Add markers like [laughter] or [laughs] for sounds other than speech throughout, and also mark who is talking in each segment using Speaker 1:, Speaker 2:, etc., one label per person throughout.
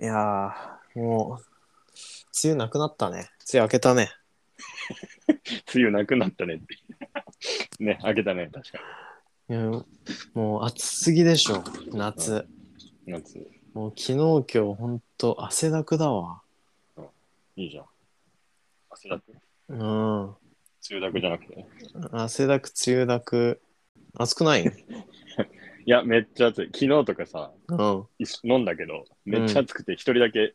Speaker 1: いやー、もう、梅雨なくなったね。梅雨明けたね。
Speaker 2: 梅雨なくなったねって。 [laughs] ね、開けたね、確か
Speaker 1: うん、もう暑すぎでしょ、夏。
Speaker 2: に。夏、
Speaker 1: もう昨日、今日、ほんと汗だくだわ。
Speaker 2: いいじゃん。汗だく梅
Speaker 1: うん。
Speaker 2: 雨だくじゃなくてね。
Speaker 1: 汗だく、梅雨だく。暑くない
Speaker 2: いや、めっちゃ暑い。昨日とかさ、
Speaker 1: うん。
Speaker 2: い飲んだけど、めっちゃ暑くて、一人だけ、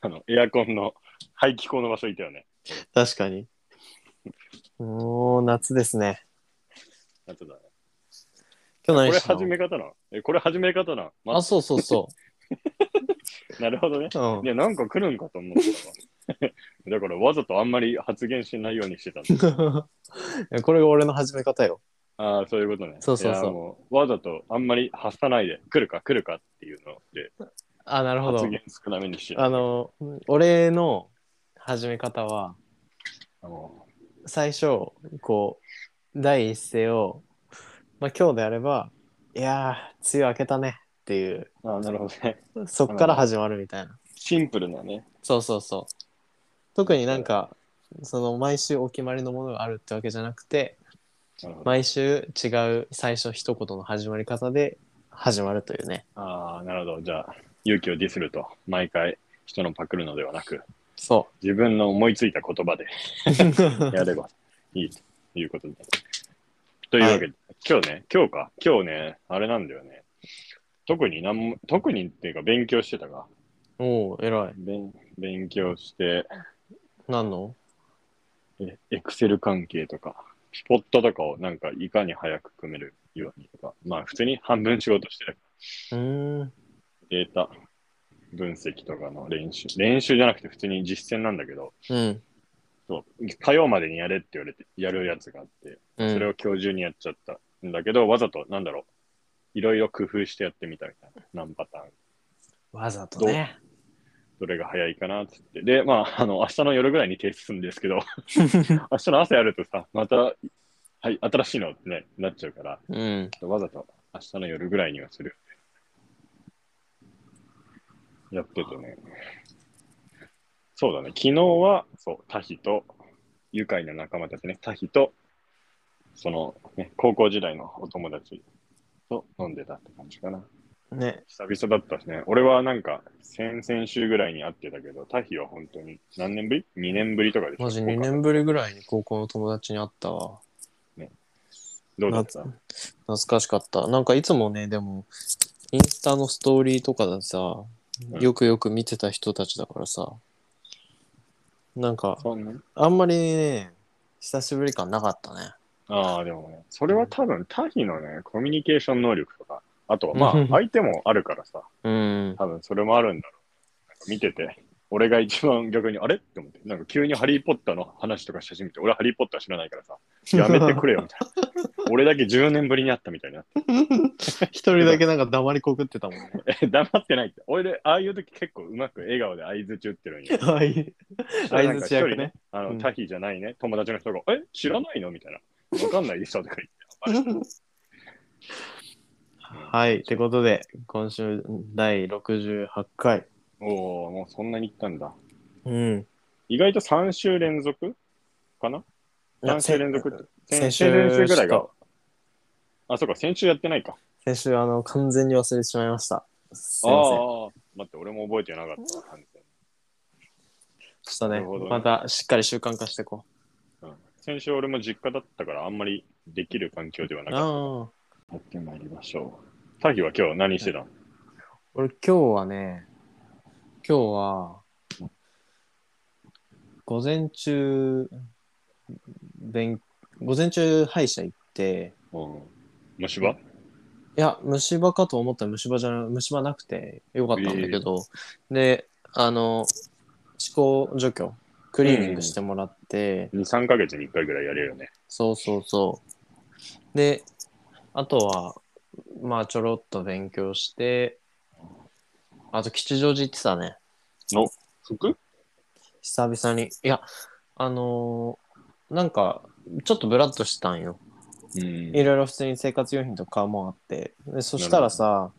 Speaker 2: あの、エアコンの排気口の場所いたよね。
Speaker 1: 確かに。もう、夏ですね。
Speaker 2: 夏だね。
Speaker 1: 今日
Speaker 2: これ
Speaker 1: 何した
Speaker 2: 始
Speaker 1: の
Speaker 2: め方なえ、これ始め方なま
Speaker 1: あ、そうそうそ
Speaker 2: なるほどね。
Speaker 1: う。うん [laughs]
Speaker 2: い。や、なんか来るんかと思ったわ。だ [laughs] から、わざとあんまり発言しないようにしてたんだ。
Speaker 1: いやこれが俺の始め方よ。
Speaker 2: ああ、そういうことね。
Speaker 1: そうそうそう
Speaker 2: いやもうわざとあんまり発さないで、来るか来るかっていうので、
Speaker 1: あ、なるほど
Speaker 2: 発。言少なめにして
Speaker 1: あの、俺の始め方は、
Speaker 2: あの
Speaker 1: 最初こう第一声を、まあ、今日であれば「いやー梅雨明けたね」っていう
Speaker 2: あなるほどね。
Speaker 1: そっから始まるみたいな
Speaker 2: シンプルなね。
Speaker 1: そうそうそう特になんかその毎週お決まりのものがあるってわけじゃなくて
Speaker 2: なるほど
Speaker 1: 毎週違う最初一言の始まり方で始まるというね
Speaker 2: ああ、なるほど。じゃあ、勇気をディスると、毎回人のパクるのではなく、
Speaker 1: そ
Speaker 2: 自分の思いついた言葉で
Speaker 1: う
Speaker 2: やればいいということで。というわけで、今日ね、今日か、今日ね、あれなんだよね。特になんも、特にっていうか勉強してたか。
Speaker 1: [laughs] おお偉い
Speaker 2: 勉勉強して、
Speaker 1: 何の
Speaker 2: えエクセル関係とか、スポットとかをなんかいかに早く組めるようにとか、まあ普通に半分仕事してる
Speaker 1: うーん
Speaker 2: データ分析とかの練習、練習じゃなくて普通に実践なんだけど、
Speaker 1: うん
Speaker 2: そう火曜までにやれって言われて、やるやつがあって、
Speaker 1: うん
Speaker 2: それを今日中にやっちゃったんだけど、わざとなんだろう、いろいろ工夫してやってみたみたいな、何パターン、
Speaker 1: わざとね
Speaker 2: どれが早いかなっつって。で、まあ、あの、明日の夜ぐらいに提出するんです
Speaker 1: [laughs]
Speaker 2: けど、明日の朝やるとさ、また、はい、新しいのって、ね、なっちゃうから、
Speaker 1: うん
Speaker 2: わざと明日の夜ぐらいにはする。やってたね。そうだね。昨日は、そう、タヒと、愉快な仲間たちね、タヒと、その、ね、高校時代のお友達と飲んでたって感じかな。
Speaker 1: ね
Speaker 2: 久々だったしね。俺はなんか、先々週ぐらいに会ってたけど、タヒは本当に何年ぶり ?2 年ぶりとかでしょ
Speaker 1: マジ2
Speaker 2: こ
Speaker 1: 年ぶりぐらいに高校の友達に会ったわ
Speaker 2: うかどうだった
Speaker 1: 懐かしかった。なんかいつもね、でも、インスタのストーリーとかでさ、
Speaker 2: うん
Speaker 1: よくよく見てた人たちだからさ、なんか、
Speaker 2: そんな
Speaker 1: あんまりね、久しぶり感なかったね。
Speaker 2: ああ、でもね、それは多分、タヒのね、コミュニケーション能力とか、あとはまあ、相手もあるからさ、
Speaker 1: うん。
Speaker 2: 多分それもあるんだろう。なんか見てて、俺が一番逆に、あれって思って、なんか急にハリー・ポッターの話とかし始めて、俺はハリー・ポッター知らないからさ、やめてくれよ、みたい
Speaker 1: [laughs]
Speaker 2: な。俺だけ10年ぶりに会ったみたいになって
Speaker 1: 一人だけなんか黙りこくってたもんね。。
Speaker 2: え黙って [laughs] ないって。俺、ああいう時結構うまく笑顔で相づち打ってる
Speaker 1: [laughs]
Speaker 2: んよ。
Speaker 1: はい。相づち役ね。
Speaker 2: あ
Speaker 1: う
Speaker 2: の、
Speaker 1: ん
Speaker 2: タヒじゃないね、友達の人が、え知らないのみたいな。わかんないでしょとか言って。
Speaker 1: はい。ってことで、今週第68回。
Speaker 2: おおもうそんなに行ったんだ。
Speaker 1: うん。
Speaker 2: 意外と3週連続かな ?3 週連続って
Speaker 1: 先
Speaker 2: 先々週
Speaker 1: 週
Speaker 2: ぐ
Speaker 1: ぐ
Speaker 2: ら
Speaker 1: ら
Speaker 2: い
Speaker 1: い
Speaker 2: が
Speaker 1: が。
Speaker 2: あ、そうか、先週やってないか。
Speaker 1: 先週、あの、完全に忘れてしまいました。すいません。
Speaker 2: ああ、待って、俺も覚えてなかったわ。完全に
Speaker 1: ちょっと
Speaker 2: な
Speaker 1: ね、
Speaker 2: るほどね
Speaker 1: またしっかり習慣化していこ
Speaker 2: うん先週俺も実家だったから、あんまりできる環境ではな
Speaker 1: う。
Speaker 2: かっ
Speaker 1: ああ。
Speaker 2: た。やってまいりましょう。タヒは今日何してたの
Speaker 1: 俺今日はね、今日は、午前中、勉午前中歯医者行って、
Speaker 2: うん。虫歯
Speaker 1: いや、虫歯かと思ったら虫歯じゃな虫歯なくてよかったんだけど、で、あの、歯垢除去、クリーニングしてもらって、
Speaker 2: ?2、3ヶ月に1回ぐらいやれるよね。
Speaker 1: そうそうそう。で、あとは、まあちょろっと勉強して、あと吉祥寺行ってたね。
Speaker 2: 服
Speaker 1: 久々に。いや、あのーなんか、ちょっとブラッとしたんよ。
Speaker 2: うん
Speaker 1: いろいろ普通に生活用品とかもあって。でそしたらさ、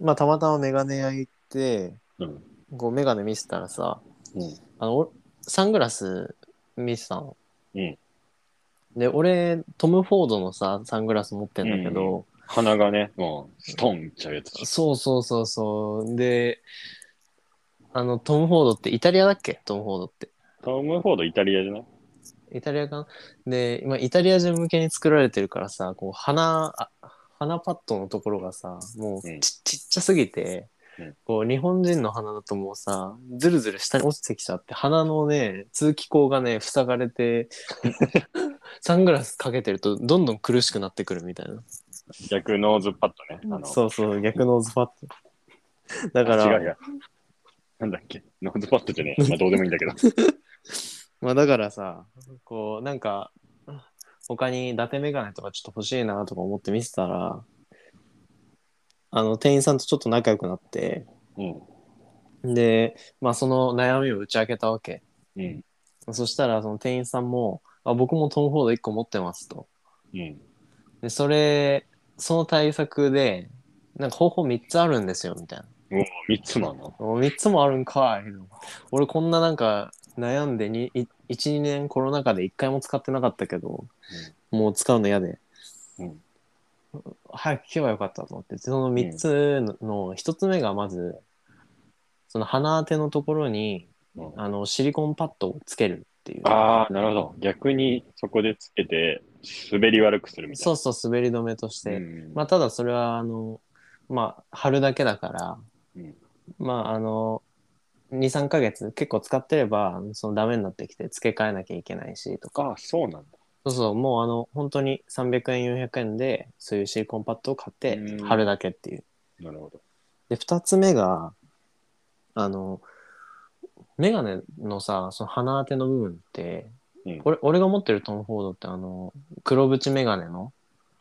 Speaker 1: まあたまたまメガネ屋行って、
Speaker 2: うん
Speaker 1: こうメガネ見せたらさ、
Speaker 2: うん。
Speaker 1: あの、おサングラス見てたの。
Speaker 2: うん
Speaker 1: で、俺、トム・フォードのさ、サングラス持ってんだけど、
Speaker 2: 鼻がね、もう、ストンっちゃうやつ。
Speaker 1: そうそうそうそう。で、あの、トム・フォードって、イタリアだっけトム・フォードって。
Speaker 2: トム・フォード、イタリアじゃない
Speaker 1: イタリアかなで、今、イタリア人向けに作られてるからさ、こう、鼻、あ鼻パッドのところがさ、もう
Speaker 2: うん
Speaker 1: ちちっちゃすぎて、
Speaker 2: うん
Speaker 1: こう、日本人の鼻だともうさ、ずるずる下に落ちてきちゃって、鼻のね、通気口がね、塞がれて、 [laughs] サングラスかけてると、どんどん苦しくなってくるみたいな。
Speaker 2: 逆ノーズパッドね。あの、
Speaker 1: そうそう、逆ノーズパッド。だから、
Speaker 2: 違うや。なんだっけノーズパッドじゃねえ。まあ、どうでもいいんだけど。
Speaker 1: まあだからさ、こうなんか、他に伊達メガネとかちょっと欲しいなとか思って見てたら、あの店員さんとちょっと仲良くなって、
Speaker 2: うん。
Speaker 1: で、まあその悩みを打ち明けたわけ。
Speaker 2: うん。
Speaker 1: そしたらその店員さんも、あ僕もトム・フォード1個持ってますと。
Speaker 2: うん。
Speaker 1: で、それ、その対策で、なんか方法3つあるんですよみたいな。
Speaker 2: おお、3つなの。
Speaker 1: お3つもあるんかい。俺こんななんか悩んでにい1、2年コロナ禍で1回も使ってなかったけど、もう使うの嫌で。
Speaker 2: うん
Speaker 1: 早く聞けばよかったと思って、その3つのの1つ目がまず、その鼻当てのところに
Speaker 2: うん
Speaker 1: あのシリコンパッドをつけるっていう。
Speaker 2: ああ、なるほど。逆にそこでつけて、滑り悪くするみたい
Speaker 1: そ
Speaker 2: な。
Speaker 1: うそう、滑り止めとして。
Speaker 2: うん
Speaker 1: まあ、ただそれは、あの、まあ、貼るだけだから、
Speaker 2: うん
Speaker 1: まあ、あの、2、3ヶ月結構使ってれば、そのダメになってきて付け替えなきゃいけないしとか、
Speaker 2: ああ、そうなんだ。
Speaker 1: そうそう、もうあの、本当に300円、400円で、そういうシリコンパッドを買って
Speaker 2: うん
Speaker 1: 貼るだけっていう。
Speaker 2: なるほど。
Speaker 1: で、2つ目が、あの、メガネのさ、その鼻当ての部分って、
Speaker 2: うん
Speaker 1: 俺俺が持ってるトム・フォードってあの黒縁メガネの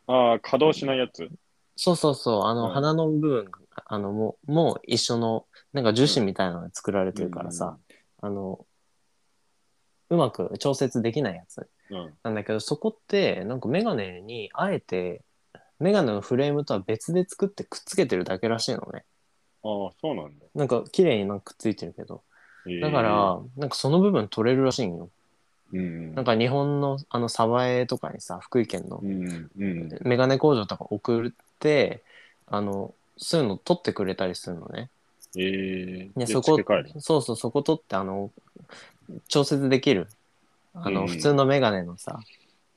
Speaker 2: ああ、稼働しないやつ。
Speaker 1: そうそうそう、あの、
Speaker 2: うん
Speaker 1: 鼻の部分が、あの、もう、もう一緒の、なんか樹脂みたいなので作られてるからさ、あの、うまく調節できないやつ
Speaker 2: うん。
Speaker 1: なんだけど、そこって、なんかメガネにあえて、メガネのフレームとは別で作ってくっつけてるだけらしいのね。
Speaker 2: ああ、そうなんだ。
Speaker 1: なんか綺麗になんかくっついてるけど。
Speaker 2: へー
Speaker 1: だか、ら、なんかその部分取れるらしいんよ。
Speaker 2: うん。
Speaker 1: なんか日本のあの鯖江とかにさ、福井県の
Speaker 2: うん。うん。
Speaker 1: メガネ工場とか送って、あの、そういうの取ってくれたりするのね。
Speaker 2: ええ
Speaker 1: ね
Speaker 2: で
Speaker 1: そこ
Speaker 2: 付け替える
Speaker 1: そうそう、そこ取って、あの、調節できる。あの、
Speaker 2: うん
Speaker 1: 普通のメガネのさ、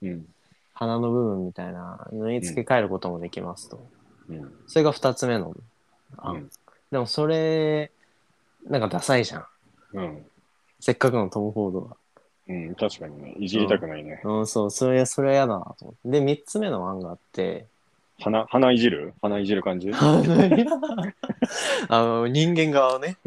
Speaker 2: うん。
Speaker 1: 鼻の部分みたいなのに付け替えることもできますと。
Speaker 2: うん。
Speaker 1: それが二つ目の案。
Speaker 2: うん
Speaker 1: でもそれ、なんかダサいじゃん。
Speaker 2: うん。
Speaker 1: せっかくのトム・フォードが。
Speaker 2: うん、確かにね。いじりたくないね。
Speaker 1: うん、そう、それ、それは嫌だなと思って。で、三つ目の案があって、
Speaker 2: [laughs] 鼻、鼻いじる鼻いじる感じ
Speaker 1: あの、人間側をね。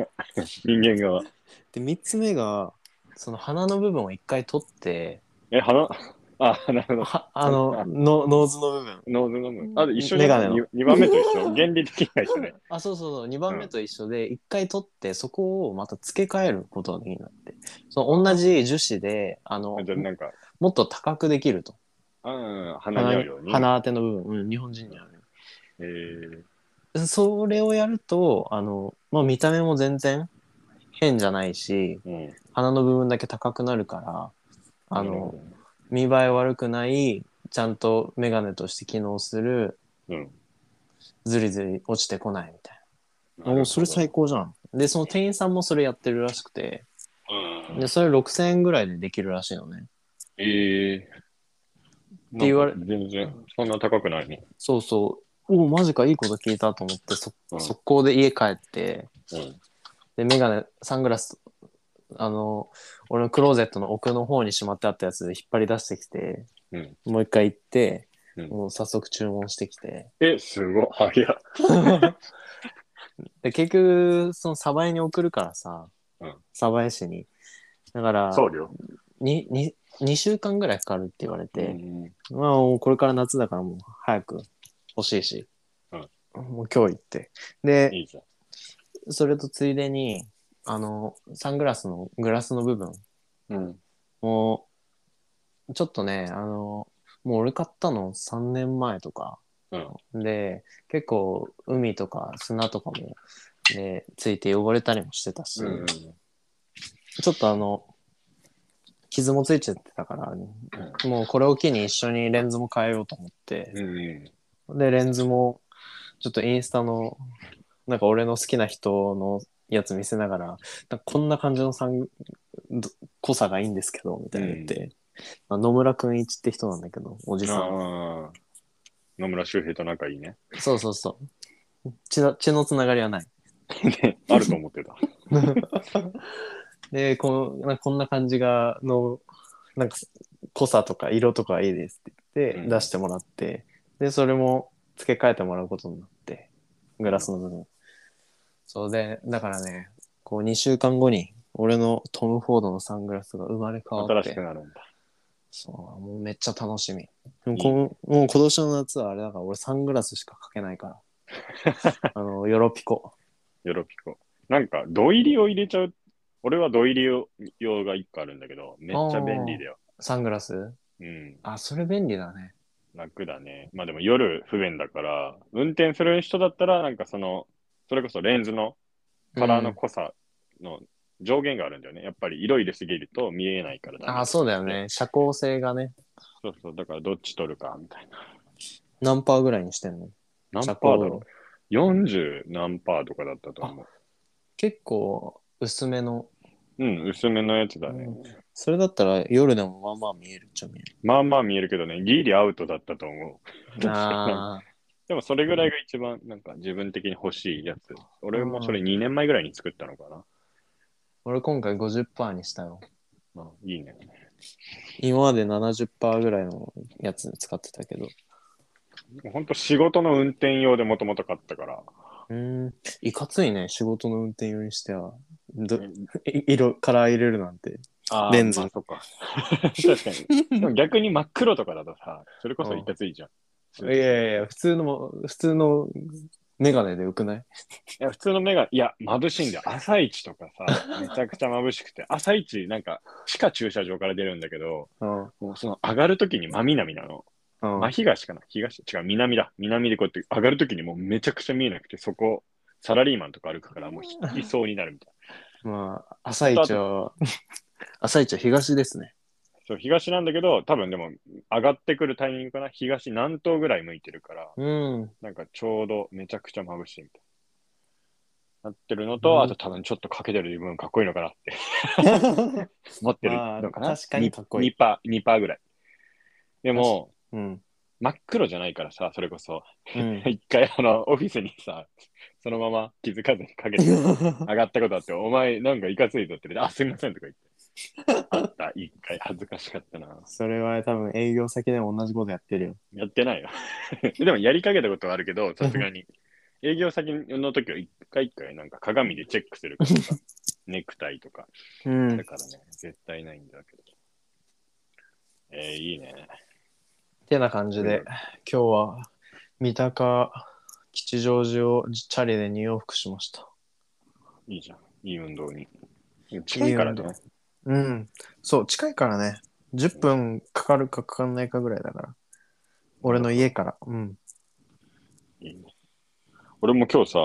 Speaker 2: 人間側。
Speaker 1: で、三つ目が、その鼻の部分を一回取って、
Speaker 2: え、鼻 [laughs] あ、なるほど。
Speaker 1: はあのの、ノーズの部分。
Speaker 2: ノーズ飲む。あ、で一緒じ
Speaker 1: メガ
Speaker 2: ゃ
Speaker 1: ネ
Speaker 2: ん。
Speaker 1: の
Speaker 2: に二番目と
Speaker 1: [laughs]
Speaker 2: 一緒。原理的な一緒ね。
Speaker 1: あ、そうそうそう、2番目と一緒で、一回取って、そこをまた付け替えることができるんだって。その同じ樹脂で、あの
Speaker 2: あ、じゃあなんか、
Speaker 1: もっと高くできると。
Speaker 2: うん、鼻に合
Speaker 1: 鼻
Speaker 2: うように。
Speaker 1: 鼻当ての部分、うん、日本人にあ
Speaker 2: えー
Speaker 1: る。それをやると、あの、まあ見た目も全然変じゃないし、
Speaker 2: うん。
Speaker 1: 鼻の部分だけ高くなるから、あ
Speaker 2: なるほ
Speaker 1: の
Speaker 2: ど、ね、
Speaker 1: 見栄え悪くない、ちゃんとメガネとして機能する、
Speaker 2: うん。
Speaker 1: ずりずり落ちてこないみたい
Speaker 2: なる
Speaker 1: な。
Speaker 2: ほ
Speaker 1: も
Speaker 2: ど
Speaker 1: うそれ最高じゃん。で、その店員さんもそれやってるらしくて、
Speaker 2: うん
Speaker 1: で、それ6000円ぐらいでできるらしいのね。
Speaker 2: ええー。
Speaker 1: て言われ
Speaker 2: なんか全然、そんな高くないね。
Speaker 1: そうそう。おお、マジか、いいこと聞いたと思って、そ
Speaker 2: うん
Speaker 1: 速攻で家帰って、
Speaker 2: うん。
Speaker 1: で、メガネ、サングラス、あの、俺のクローゼットの奥の方にしまってあったやつで引っ張り出してきて、
Speaker 2: うん
Speaker 1: もう一回行って、
Speaker 2: うん
Speaker 1: もう早速注文してき
Speaker 2: [laughs]
Speaker 1: て。
Speaker 2: え、すごい。早い。
Speaker 1: で、結局、その鯖江に送るからさ、
Speaker 2: うん
Speaker 1: 鯖江市に。だから、
Speaker 2: 送料。
Speaker 1: にに2週間ぐらいかかるって言われて、
Speaker 2: うん
Speaker 1: まあ、もうこれから夏だからもう早く欲しいし、
Speaker 2: うん
Speaker 1: もう今日行って。で、
Speaker 2: いいじゃん。
Speaker 1: それとついでに、あの、サングラスのグラスの部分
Speaker 2: うん。
Speaker 1: もう、ちょっとね、あの、もう俺買ったの3年前とか、
Speaker 2: うん。
Speaker 1: で、結構海とか砂とかも、ね、ついて汚れたりもしてたし、
Speaker 2: うん
Speaker 1: ちょっとあの、傷もついちゃってたから、もうこれを機に一緒にレンズも変えようと思って、
Speaker 2: うんうん
Speaker 1: で、レンズも、ちょっとインスタの、なんか俺の好きな人のやつ見せながら、なんかこんな感じのさんど濃さがいいんですけど、みたいな言って、まあ野村くん一って人なんだけど、おじさん。
Speaker 2: ああ野村周平と仲い
Speaker 1: [laughs]
Speaker 2: いね。
Speaker 1: そうそうそう。血の血のつながりはない。
Speaker 2: あると思ってた。
Speaker 1: でこんなこんな感じがのなんか濃さとか色とかいいですって言っ
Speaker 2: うん
Speaker 1: て出してもらって、でそれも付け替えてもらうことになってグラスの部分、そうでだからねこう2週間後に俺のトム・フォードのサングラスが生まれ変わ
Speaker 2: 新
Speaker 1: っ
Speaker 2: してくなるんだ。
Speaker 1: そうもうめっちゃ楽しみでもこんもう今年の夏はあれだから俺サングラスしかかけないから [laughs] あのヨロピコ
Speaker 2: ヨロピコ。なんか、土入りを入れちゃう。俺は土入り用用が一個あるんだけど、めっちゃ便利だよ。
Speaker 1: サングラス
Speaker 2: うん。
Speaker 1: あそれ便利だね
Speaker 2: 楽だね。まあでも夜不便だから、運転する人だったら、なんかその、それこそレンズのカラーの濃さの上限があるんだよね。やっぱり色入れすぎると見えないからだ、ね。
Speaker 1: ああ、そうだよね。社交性がね。
Speaker 2: そうそう。だからどっち取るかみたいな。
Speaker 1: 何パーぐらいにしてんの
Speaker 2: 何パ
Speaker 1: 社
Speaker 2: ー
Speaker 1: 交
Speaker 2: だろう ?40 何パーとかだったと思う。
Speaker 1: 結構薄めの。
Speaker 2: うん、薄めのやつだね。
Speaker 1: うんそれだったら夜でもまあまあ見えるっちゃ見え
Speaker 2: まあまあ見えるけどね、ギリアウトだったと思う。
Speaker 1: る。ああ。
Speaker 2: でもそれぐらいが一番なんか自分的に欲しいやつ。俺もそれ2年前ぐらいに作ったのかな。
Speaker 1: 俺今回50%にしたよ。
Speaker 2: まあ、いいね。
Speaker 1: 今まで70%ぐらいのやつ使ってたけど。
Speaker 2: 本当仕事の運転用でもともと買ったから。
Speaker 1: うーん。いかついね、仕事の運転用にしては。どい色、カラー入れるなん [laughs] て。
Speaker 2: あ
Speaker 1: レンズ
Speaker 2: まあそっか。 [laughs] 確かに。でも逆に真っ黒とかだとさ、それこそいたついじゃん。
Speaker 1: いやいやいや、普通のも、普通のメガネでよくない
Speaker 2: いや普通の目が、いや、眩しいんだよ。朝一とかさ、めちゃくちゃ眩しくて、朝一、なんか、地下駐車場から出るんだけど、
Speaker 1: うん。うん。
Speaker 2: もうその上がるときに真南なの。真東かな東、違う、南だ。南でこうやって上がるときにもうめちゃくちゃ見えなくて、そこ、サラリーマンとか歩くから、もう
Speaker 1: [laughs]
Speaker 2: 引きそうになるみたい
Speaker 1: まあ、朝一は、朝一は東ですね。
Speaker 2: な。そう、東なんだけど、多分でも、上がってくるタイミングかな、東南東ぐらい向いてるから、
Speaker 1: うん。
Speaker 2: なんかちょうどめちゃくちゃ眩しいみたいな。なってるの
Speaker 1: う
Speaker 2: と、
Speaker 1: ん
Speaker 2: あと多分ちょっとかけてる自分かっこいいのかなって持ってるのかな。
Speaker 1: まあ確かにかっこいい
Speaker 2: 2パー、2パーぐらい。でも、
Speaker 1: うん。
Speaker 2: 真っ黒じゃないからさ、それこそ。 [laughs]
Speaker 1: うん。
Speaker 2: 一回あの、オフィスにさ、そのまま気づかずにかけて上がったことあって、お前なんかいかついぞって言ってあ、すみませんとか言って。あった、一回恥ずかしかったな。
Speaker 1: [laughs] それは多分営業先でも同じことやってるよ。
Speaker 2: やってないよ。 [laughs] でもやりかけたことはあるけど、さすがに。営業先の時は一回一回なんか鏡でチェックするからさ、ネクタイとか。
Speaker 1: う
Speaker 2: だ
Speaker 1: ん。
Speaker 2: からね、絶対ないんだけど。えー、いいね。
Speaker 1: てな感じで、
Speaker 2: うん
Speaker 1: 今日は三鷹吉祥寺をチャリで入往復しました。
Speaker 2: いいじゃん。いい運動に。近いから
Speaker 1: いい運
Speaker 2: ね。
Speaker 1: うん。そう、近いからね。10分かかるかかかんないかぐらいだから。俺の家から。うん。
Speaker 2: いいね俺も今日さ、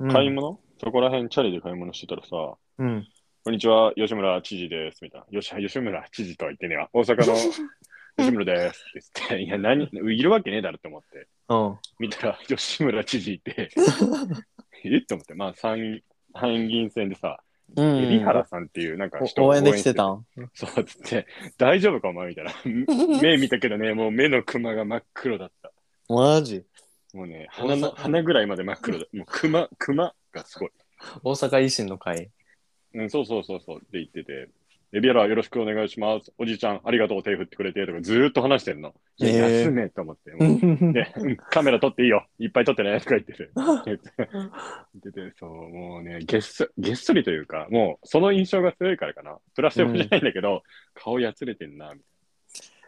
Speaker 1: うん
Speaker 2: 買い物、そこら辺チャリで買い物してたらさ、こ
Speaker 1: うん。
Speaker 2: んにちは、吉村知事です。みたいな。よし、吉村知事とは言ってねえわ。大阪の
Speaker 1: [laughs]
Speaker 2: 吉村です。って言って、いや、何、いるわけねえだろって思って。
Speaker 1: うん。
Speaker 2: 見たら、吉村知事いて、
Speaker 1: [laughs]
Speaker 2: えっと思って、まあ、参参議院選でさ、
Speaker 1: う
Speaker 2: 海
Speaker 1: ん
Speaker 2: 老原。さんっていうなんか人
Speaker 1: お
Speaker 2: を
Speaker 1: 応援できて
Speaker 2: 応
Speaker 1: たん
Speaker 2: そうつって、大丈夫かお前み
Speaker 1: [laughs]
Speaker 2: たいな。目見たけどね、もう目のクマが真っ黒だった。
Speaker 1: マジ
Speaker 2: もうね、鼻
Speaker 1: 大
Speaker 2: の
Speaker 1: 阪
Speaker 2: 鼻ぐらいまで真っ黒だ。もうクマ、クマがすごい。
Speaker 1: 大阪維新の会。
Speaker 2: うん、そうそうそうそうって言ってて、エビアラよろしくお願いします。おじちゃん、ありがとう、手振ってくれてとかずーっと話してんの。いや
Speaker 1: へー
Speaker 2: 休めと思って。もうで、うんカメラ撮っていいよ。いっぱい撮ってね。とか言ってて。言って言ってて、そう、もうね、げっそげっそりというか、もうその印象が強いからかな。プラスでもじゃないんだけど、顔やつれてんな、みた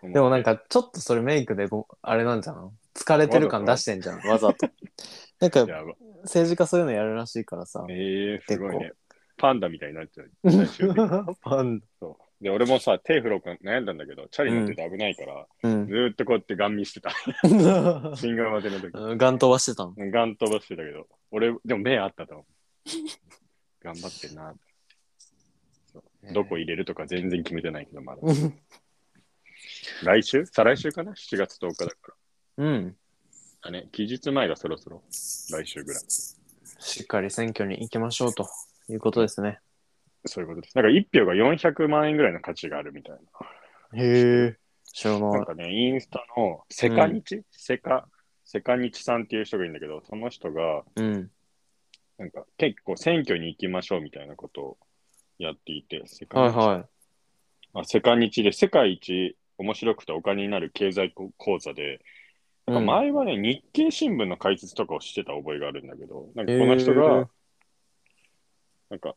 Speaker 2: いな。
Speaker 1: でもなんかちょっとそれメイクでごあれなんじゃん疲れてる感出してんじゃんわざと。なんか
Speaker 2: いや、
Speaker 1: 政治家そういうのやるらしいからさ。
Speaker 2: ええすごい
Speaker 1: 結
Speaker 2: ね。パンダみたいになっちゃう。
Speaker 1: パ
Speaker 2: [laughs]
Speaker 1: ン
Speaker 2: そうで、俺もさ、手振ろうか悩んだんだけど、チャリ乗ってて危ないから、
Speaker 1: うん
Speaker 2: ずーっとこうやってガン見してた。 [laughs] 信号待ての時。
Speaker 1: うん。ガン飛ばしてたの。
Speaker 2: ガン飛ばしてたけど、俺、でも目あったと思 [laughs] 頑張ってんな。どこ入れるとか全然決めてないけど、まだ。来週再来週かな ?7 月10日だか
Speaker 1: うん。
Speaker 2: ら。だね。期日前がそろそろ。来週ぐらい。
Speaker 1: しっかり選挙に行きましょうということですね。
Speaker 2: そういうことです。なんか1票が400万円ぐらいの価値があるみたい
Speaker 1: へえ。知らな
Speaker 2: な。なん
Speaker 1: い。
Speaker 2: かね、インスタのセカニチ、セカ、セカニチさんっていう人がいるんだけど、その人が、
Speaker 1: うん。
Speaker 2: なんか結構選挙に行きましょうみたいなことをやっていて、世界
Speaker 1: はい
Speaker 2: 日
Speaker 1: は
Speaker 2: あ世界日で世界一面白くてお金になる経済講座で、
Speaker 1: い。
Speaker 2: なんか
Speaker 1: うん
Speaker 2: 前はね、日経新聞の解説とかをしてた覚えがあるんだけど、なんかこの人
Speaker 1: へ
Speaker 2: が
Speaker 1: ー、
Speaker 2: なんか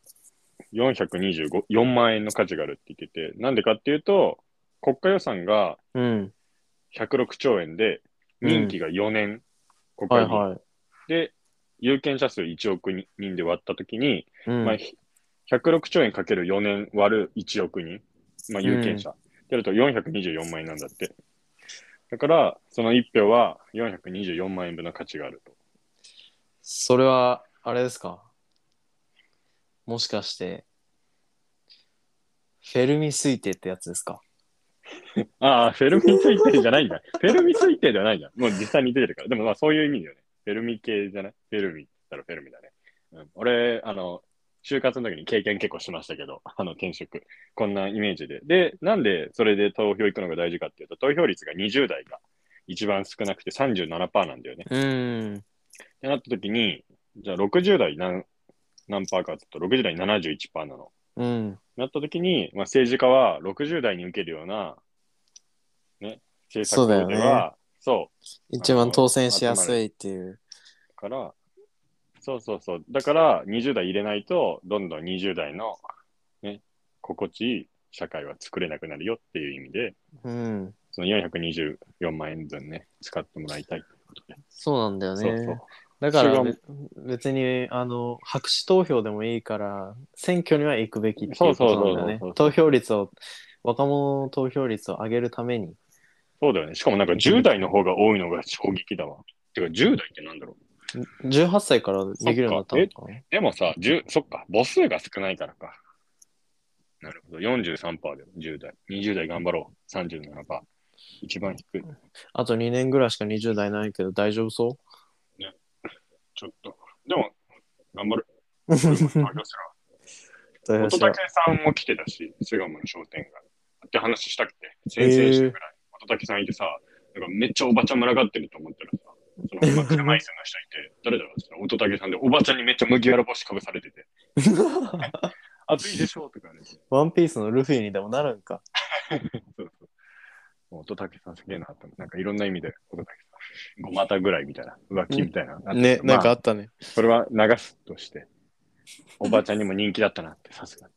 Speaker 2: 425、4万円の価値があるって言ってて、なんでかっていうと、国家予算が
Speaker 1: うん。
Speaker 2: 106兆円で、任期が4年、国
Speaker 1: は
Speaker 2: 会
Speaker 1: い
Speaker 2: 議員、
Speaker 1: はい。
Speaker 2: で、有権者数1億人で割ったときに、
Speaker 1: うん。
Speaker 2: まあ、ひ106兆円かける4年割る1億人、まあ、有権者、やると424万円なんだって。だから、その1票は424万円分の価値があると。
Speaker 1: それは、あれですかもしかして、フェルミ推定ってやつですか
Speaker 2: ああ、フェルミ推定じゃないんだ。フェルミ推定ではないんだ。もう実際に出てるから。でもまあそういう意味だよね。フェルミ系じゃないフェルミだったらフェルミだね。うん、俺、あの、就活の時に経験結構しましたけど、あの転職。こんなイメージで。で、なんでそれで投票行くのが大事かっていうと、投票率が20代が一番少なくて37%なんだよね。
Speaker 1: うん。
Speaker 2: ってなった時に、じゃあ60代何何パーかって言うと、60代71%なの。
Speaker 1: うん。
Speaker 2: なった時に、まあ、政治家は60代に受けるような、ね、政策
Speaker 1: そうだ
Speaker 2: で
Speaker 1: よね
Speaker 2: は、そう,、
Speaker 1: 一番当選しやすいっていう。
Speaker 2: だから、そうそうそう。だから、20代入れないと、どんどん20代の、ね、心地いい社会は作れなくなるよっていう意味で、
Speaker 1: うん。
Speaker 2: その424万円分ね、使ってもらいたいってことで。
Speaker 1: そうなんだよね。
Speaker 2: そうそう。
Speaker 1: だから
Speaker 2: そ
Speaker 1: べ
Speaker 2: れ
Speaker 1: 別にあの白紙投票でもいいから選挙には行くべきってい
Speaker 2: そう
Speaker 1: こ
Speaker 2: うそう
Speaker 1: となんだよ
Speaker 2: そうそうそ
Speaker 1: ね。
Speaker 2: う
Speaker 1: 投票率を若者の投票率を上げるために。
Speaker 2: そうだよね。しかもなんか10代の方が多いのが衝撃だわ。てか10代ってなんだろう
Speaker 1: 18歳からできるようになったのかな
Speaker 2: でもさ、10そっか、母数が少ないからか。なるほど、43%だよ、10代。20代頑張ろう、37%。一番低い。
Speaker 1: あと2年ぐらいしか20代ないけど大丈夫そ
Speaker 2: ちょっと。でも、頑張る。
Speaker 1: [laughs] う
Speaker 2: 音
Speaker 1: 大丈
Speaker 2: 竹
Speaker 1: 夫
Speaker 2: さんも来てたし、巣鴨の商店街。って話したくて、先生したぐらい。音竹さんいてさ、なんかめっちゃおばちゃん群がってると思ったらさ、その今車椅子の人いて、誰だろうその音竹さんで、おばちゃんにめっちゃ麦わら帽子かぶされてて、暑いでしょとかね。
Speaker 1: ワンピースのルフィにでもなるんか。
Speaker 2: そうそう。もう音竹さんすげえなと思って、なんかいろんな意味で音竹さん、ごまたぐらいみたいな、浮気みたいな。
Speaker 1: ね、
Speaker 2: まあ
Speaker 1: なんかあったね。
Speaker 2: それは流すとして、おばあちゃんにも人気だったなって、さすがに。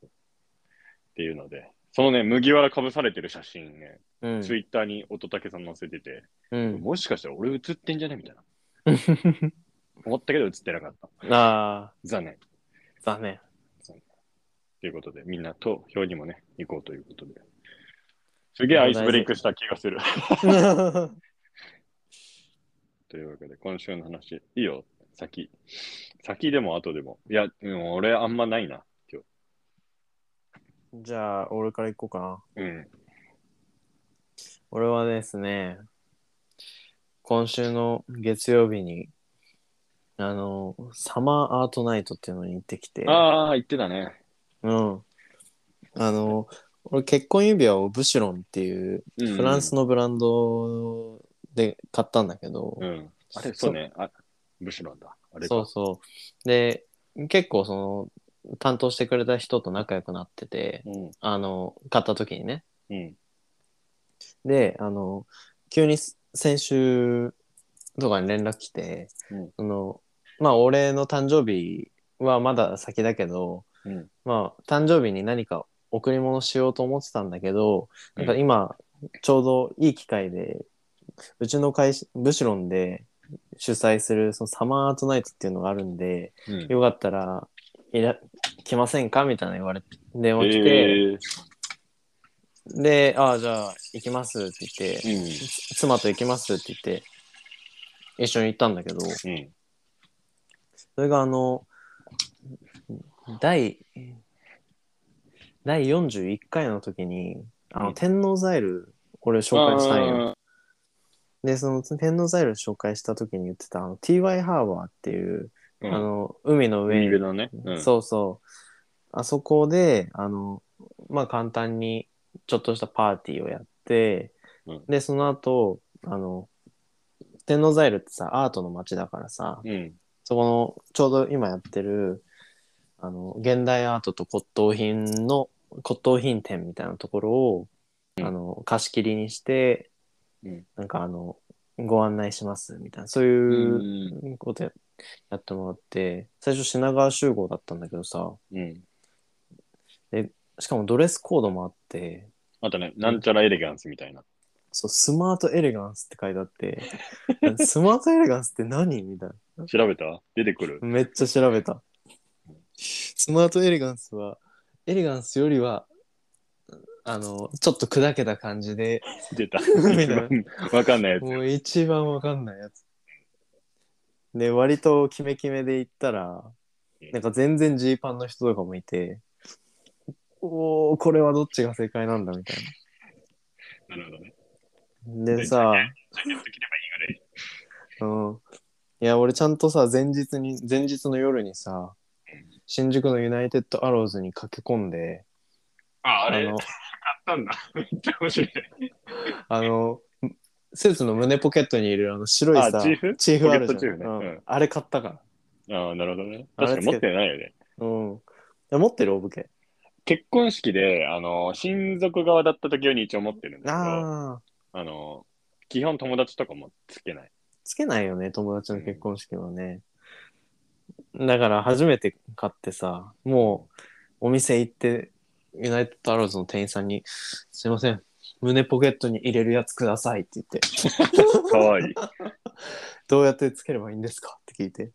Speaker 2: そうっていうので、そのね、麦わらかぶされてる写真ね、
Speaker 1: うん。
Speaker 2: ツイッターに音竹さん載せてて、
Speaker 1: うん、
Speaker 2: もしかしたら俺映ってんじゃねみたいな。思ったけど映ってなかった。
Speaker 1: ああ、
Speaker 2: 残念。
Speaker 1: 残念。 [laughs]
Speaker 2: ということで、みんな投票にもね、行こうということで。すげえアイスブレイクした気がする。というわけで、今週の話、いいよ、先。先でも後でも。いや、でも俺あんまないな、今
Speaker 1: じゃあ、俺から行こうかな。
Speaker 2: 日。うん。
Speaker 1: 俺はですね、今週の月曜日に、あの、サマーアートナイトっていうのに行ってきて、
Speaker 2: ああ、言ってたね。
Speaker 1: うん。あの、俺結婚指輪をブシュロンっていう
Speaker 2: うん
Speaker 1: フランスのブランドで買ったんだけど、
Speaker 2: うん。あれ、そうね。あ、ブシロンだ。あれか
Speaker 1: そうそう。で、結構その、担当してくれた人と仲良くなってて、
Speaker 2: うん。
Speaker 1: あの、買った時にね。
Speaker 2: うん。
Speaker 1: で、あの、急にす先週とかに連絡来て、
Speaker 2: うん
Speaker 1: あの、まあ、俺の誕生日はまだ先だけど、
Speaker 2: うん
Speaker 1: まあ、誕生日に何か贈り物しようと思ってたんだけど、なんか今、ちょうどいい機会で、うちの会社、ブシロンで主催する、そのサマーアートナイトっていうのがあるんで、
Speaker 2: うん
Speaker 1: よかったら、いら、来ませんかみたいな言われて、電話来て、
Speaker 2: えー
Speaker 1: で、ああ、じゃあ、行きますって言って、妻と行きますって言って一緒に行ったんだけど
Speaker 2: うん。
Speaker 1: それがあの第、第41回の時に、あ
Speaker 2: う
Speaker 1: の、
Speaker 2: ん
Speaker 1: 天王ザイル、俺紹介したんよ。で、その天王ザイル紹介した時に言ってた、あの、TY ハーバーっていう、
Speaker 2: あ
Speaker 1: あ
Speaker 2: ーうん
Speaker 1: の、海の
Speaker 2: ウ
Speaker 1: 上
Speaker 2: ィ
Speaker 1: に
Speaker 2: ングのね。うん
Speaker 1: そうそう。あそこで、あの、まあ簡単にちょっとしたパーティーをやって、
Speaker 2: うん
Speaker 1: で、その後、あの、天王ザイルってさ、アートの街だからさ、
Speaker 2: うん。
Speaker 1: そこの、ちょうど今やってる、あの、現代アートと骨董品の、骨董品店みたいなところを、
Speaker 2: うん
Speaker 1: あの、貸し切りにして、
Speaker 2: うん
Speaker 1: なんかあの、ご案内します、みたいな、そう
Speaker 2: う。
Speaker 1: いうんことややってもらって、最初品川集合だったんだけどさ、
Speaker 2: うん。
Speaker 1: しかもドレスコードもあって、
Speaker 2: あとね、なんちゃらエレガンスみたいな。
Speaker 1: そう、スマートエレガンスって書いてあって、スマートエレガンスって何みたいな。
Speaker 2: 調べた出てくる。
Speaker 1: めっちゃ調べた。スマートエレガンスは、エレガンスよりは、あの、ちょっと砕けた感じで、[laughs]
Speaker 2: 出た。
Speaker 1: み
Speaker 2: 一
Speaker 1: たいな
Speaker 2: 番 [laughs] わかんないやつ。
Speaker 1: もう一番わかんないやつ。で、割とキメキメで行ったら、なんか全然ジーパンの人とかもいて、おー、これはどっちが正解なんだみたい
Speaker 2: なるほどね。
Speaker 1: な。でさ、
Speaker 2: ジャケット着ればいいぐらい。
Speaker 1: うん。いや、俺ちゃんとさ、前日に、前日の夜にさ、新宿のユナイテッドアローズに駆け込んで、
Speaker 2: あ、あれ、
Speaker 1: あ
Speaker 2: 買
Speaker 1: の
Speaker 2: ったんだ。めっちゃ面白い。
Speaker 1: あの、スーツの胸ポケットに入れるあの白いさ、
Speaker 2: あチーフ
Speaker 1: チーフあるじゃん。
Speaker 2: ポケットチーフね
Speaker 1: うん
Speaker 2: うん
Speaker 1: あれ買ったか
Speaker 2: ああ、なるほどね。
Speaker 1: あれ
Speaker 2: 確かに持ってないよね。
Speaker 1: ら。うん。いや持ってるオブケ。
Speaker 2: 結婚式で、あの、親族側だった時用に一応持ってるんだけど、あ
Speaker 1: ああ、
Speaker 2: の、基本友達とかもつけ
Speaker 1: [laughs]
Speaker 2: ない。
Speaker 1: つけないよね、友達の結婚式はね。だから初めて買ってさ、もうお店行って、ユナイテッドアローズの店員さんに、すいません、胸ポケットに入れるやつくださいって言って、
Speaker 2: かわいい。
Speaker 1: どうやってつければいいんですかって聞いて。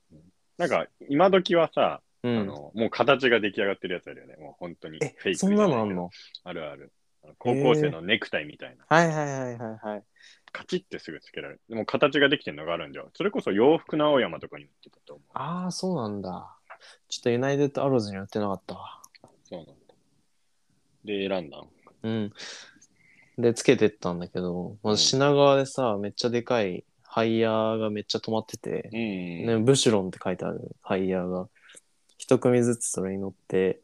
Speaker 2: なんか、今時はさ、
Speaker 1: う
Speaker 2: あ
Speaker 1: ん。
Speaker 2: の、もう形が出来上がってるやつあるよね。もう本当にフェイ
Speaker 1: え
Speaker 2: クじゃいけ、ど。
Speaker 1: そんなのあんの
Speaker 2: あるある。あの高校生のネクタイみたいな。
Speaker 1: はいはいはいはいはい。
Speaker 2: カチッてすぐつけられる。でも形ができてるのがあるんじゃん。それこそ洋服の青山とかに売ってたと思う。
Speaker 1: ああ、そうなんだ。ちょっとユナイテッドアローズには売ってなかったわ。
Speaker 2: そうなんだ。で、選んだの
Speaker 1: うん。で、つけてったんだけど、ま
Speaker 2: うん
Speaker 1: ず品川でさ、めっちゃでかいハイヤーがめっちゃ止まってて、
Speaker 2: うん。
Speaker 1: ね、ブシュロンって書いてあるハイヤーが。一組ずつそれに乗って、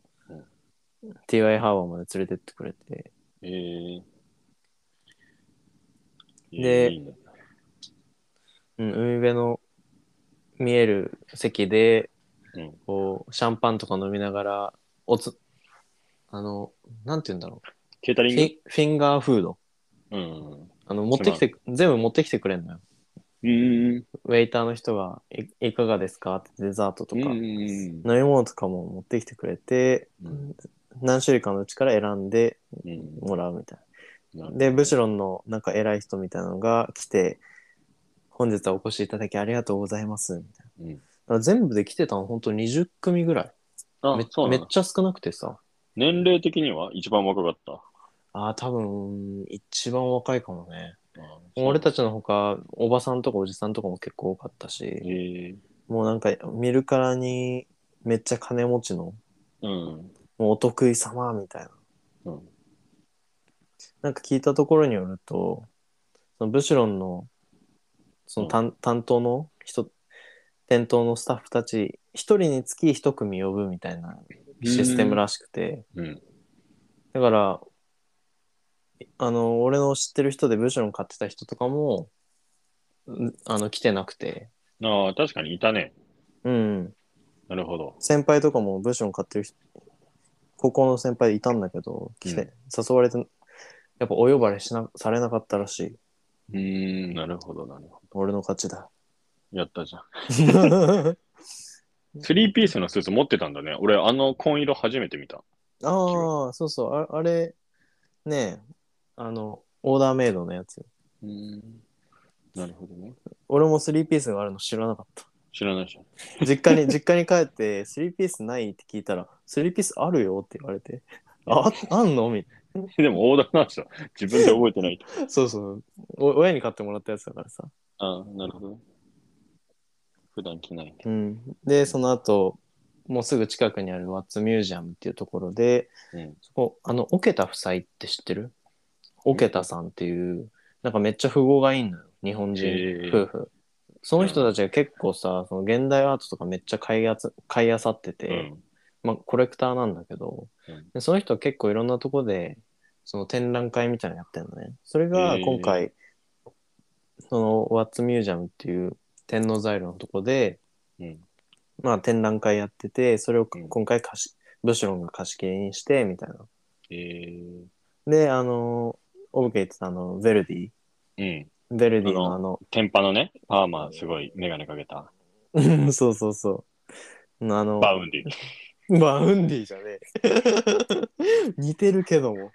Speaker 1: TY ハーバーまで連れてってくれて。
Speaker 2: えー、
Speaker 1: で
Speaker 2: えーいいね
Speaker 1: うん、海辺の見える席で、
Speaker 2: うん
Speaker 1: こう、シャンパンとか飲みながら、おつ、あの、なんて言うんだろ
Speaker 2: ケータ
Speaker 1: う。
Speaker 2: リ
Speaker 1: フ
Speaker 2: ング
Speaker 1: ィンフィンガーフード。
Speaker 2: うん。う
Speaker 1: あの、持ってきて、全部持ってきてくれんのよ。
Speaker 2: ーん。
Speaker 1: ウェイターの人がい、いかがですかってデザートとか、飲
Speaker 2: うんうん
Speaker 1: み物とかも持ってきてくれて、
Speaker 2: うん
Speaker 1: 何種類かのうちから選んで
Speaker 2: うん
Speaker 1: もらうみたい
Speaker 2: なる
Speaker 1: な。
Speaker 2: ほど
Speaker 1: で、ブシュロンのなんか偉い人みたいなのが来て、本日はお越しいただきありがとうございます、みたいな。
Speaker 2: うん
Speaker 1: だから全部で来てたの本当20組ぐらい
Speaker 2: あ
Speaker 1: め。
Speaker 2: そう
Speaker 1: め
Speaker 2: な
Speaker 1: っ
Speaker 2: の
Speaker 1: ちゃ少なくてさ。
Speaker 2: 年齢的には一番若かった。
Speaker 1: ああ、多分、一番若いかもね。
Speaker 2: あそう
Speaker 1: 俺たちのほか、おばさんとかおじさんとかも結構多かった
Speaker 2: え
Speaker 1: し、
Speaker 2: ー、
Speaker 1: もうなんか見るからにめっちゃ金持ちの
Speaker 2: うん。
Speaker 1: もうお得意様みたいな。
Speaker 2: うん
Speaker 1: なんか聞いたところによると、そのブシュロンのその担,、担当の人、店頭のスタッフたち、一人につき一組呼ぶみたいなシステムらしくて、
Speaker 2: うん。
Speaker 1: だから、あの、俺の知ってる人でブシュロン買ってた人とかも、んあの、来てなくて、
Speaker 2: ああ、確かにいたね。
Speaker 1: うん、
Speaker 2: なるほど。
Speaker 1: 先輩とかもブシュロン買ってる人、高校の先輩いたんだけど、来て、誘われて、やっぱお呼ばれしなされなかったらしい。
Speaker 2: うーん、なるほど、なるほ
Speaker 1: 俺の勝ちだ。
Speaker 2: ど。やったじゃん。スリーピースのスーツ持ってたんだね。俺、あの紺色初めて見た。
Speaker 1: ああ、そうそう、ああれ、ねえ、あの、オーダーメイドのやつ。
Speaker 2: うん。なるほどね。
Speaker 1: 俺もスリーピースがあるの知らなかった。
Speaker 2: 知らないじゃん。
Speaker 1: 実家に、実家に帰って、スリーピースないって聞いたら、スリーピースあるよって言われて、あ、あんのみた
Speaker 2: [laughs] でも、オーダーなんですよ。自分で覚え
Speaker 1: [laughs]
Speaker 2: てないと。
Speaker 1: いな。そうそうお。親に買ってもらったやつだからさ。
Speaker 2: ああ、なるほどね。普段着ないけ
Speaker 1: うん。で、その後、もうすぐ近くにあるワッツミュージアムっていうところで、
Speaker 2: うん
Speaker 1: そこ、あの、オケタ夫妻って知ってるオケタさんっていう、なんかめっちゃ富豪がいいのよ。日本人
Speaker 2: へえ
Speaker 1: 夫婦。その人たちが結構さ、その現代アートとかめっちゃ買いあつ買いあさってて、
Speaker 2: うん
Speaker 1: まあ、コレクターなんだけど、
Speaker 2: うん
Speaker 1: でその人は結構いろんなとこでその展覧会みたいなのやってるのねそれが
Speaker 2: へー
Speaker 1: 今回、そのワッツミュージアムっていう天王ザイルのとこで、
Speaker 2: うん
Speaker 1: まあ、展覧会やっててそれを
Speaker 2: うん
Speaker 1: 今回貸し、ブシュロンが貸し切りにしてみたいな
Speaker 2: えー
Speaker 1: であのオブケイってたあのヴェルディ
Speaker 2: うん。
Speaker 1: ヴェルディの
Speaker 2: あ
Speaker 1: あの
Speaker 2: 天パのね、パーマーすごいメガネかけた。
Speaker 1: [laughs] そうそうそうのあの
Speaker 2: バウンディ。
Speaker 1: バウンディじゃねえ [laughs] 似てるけども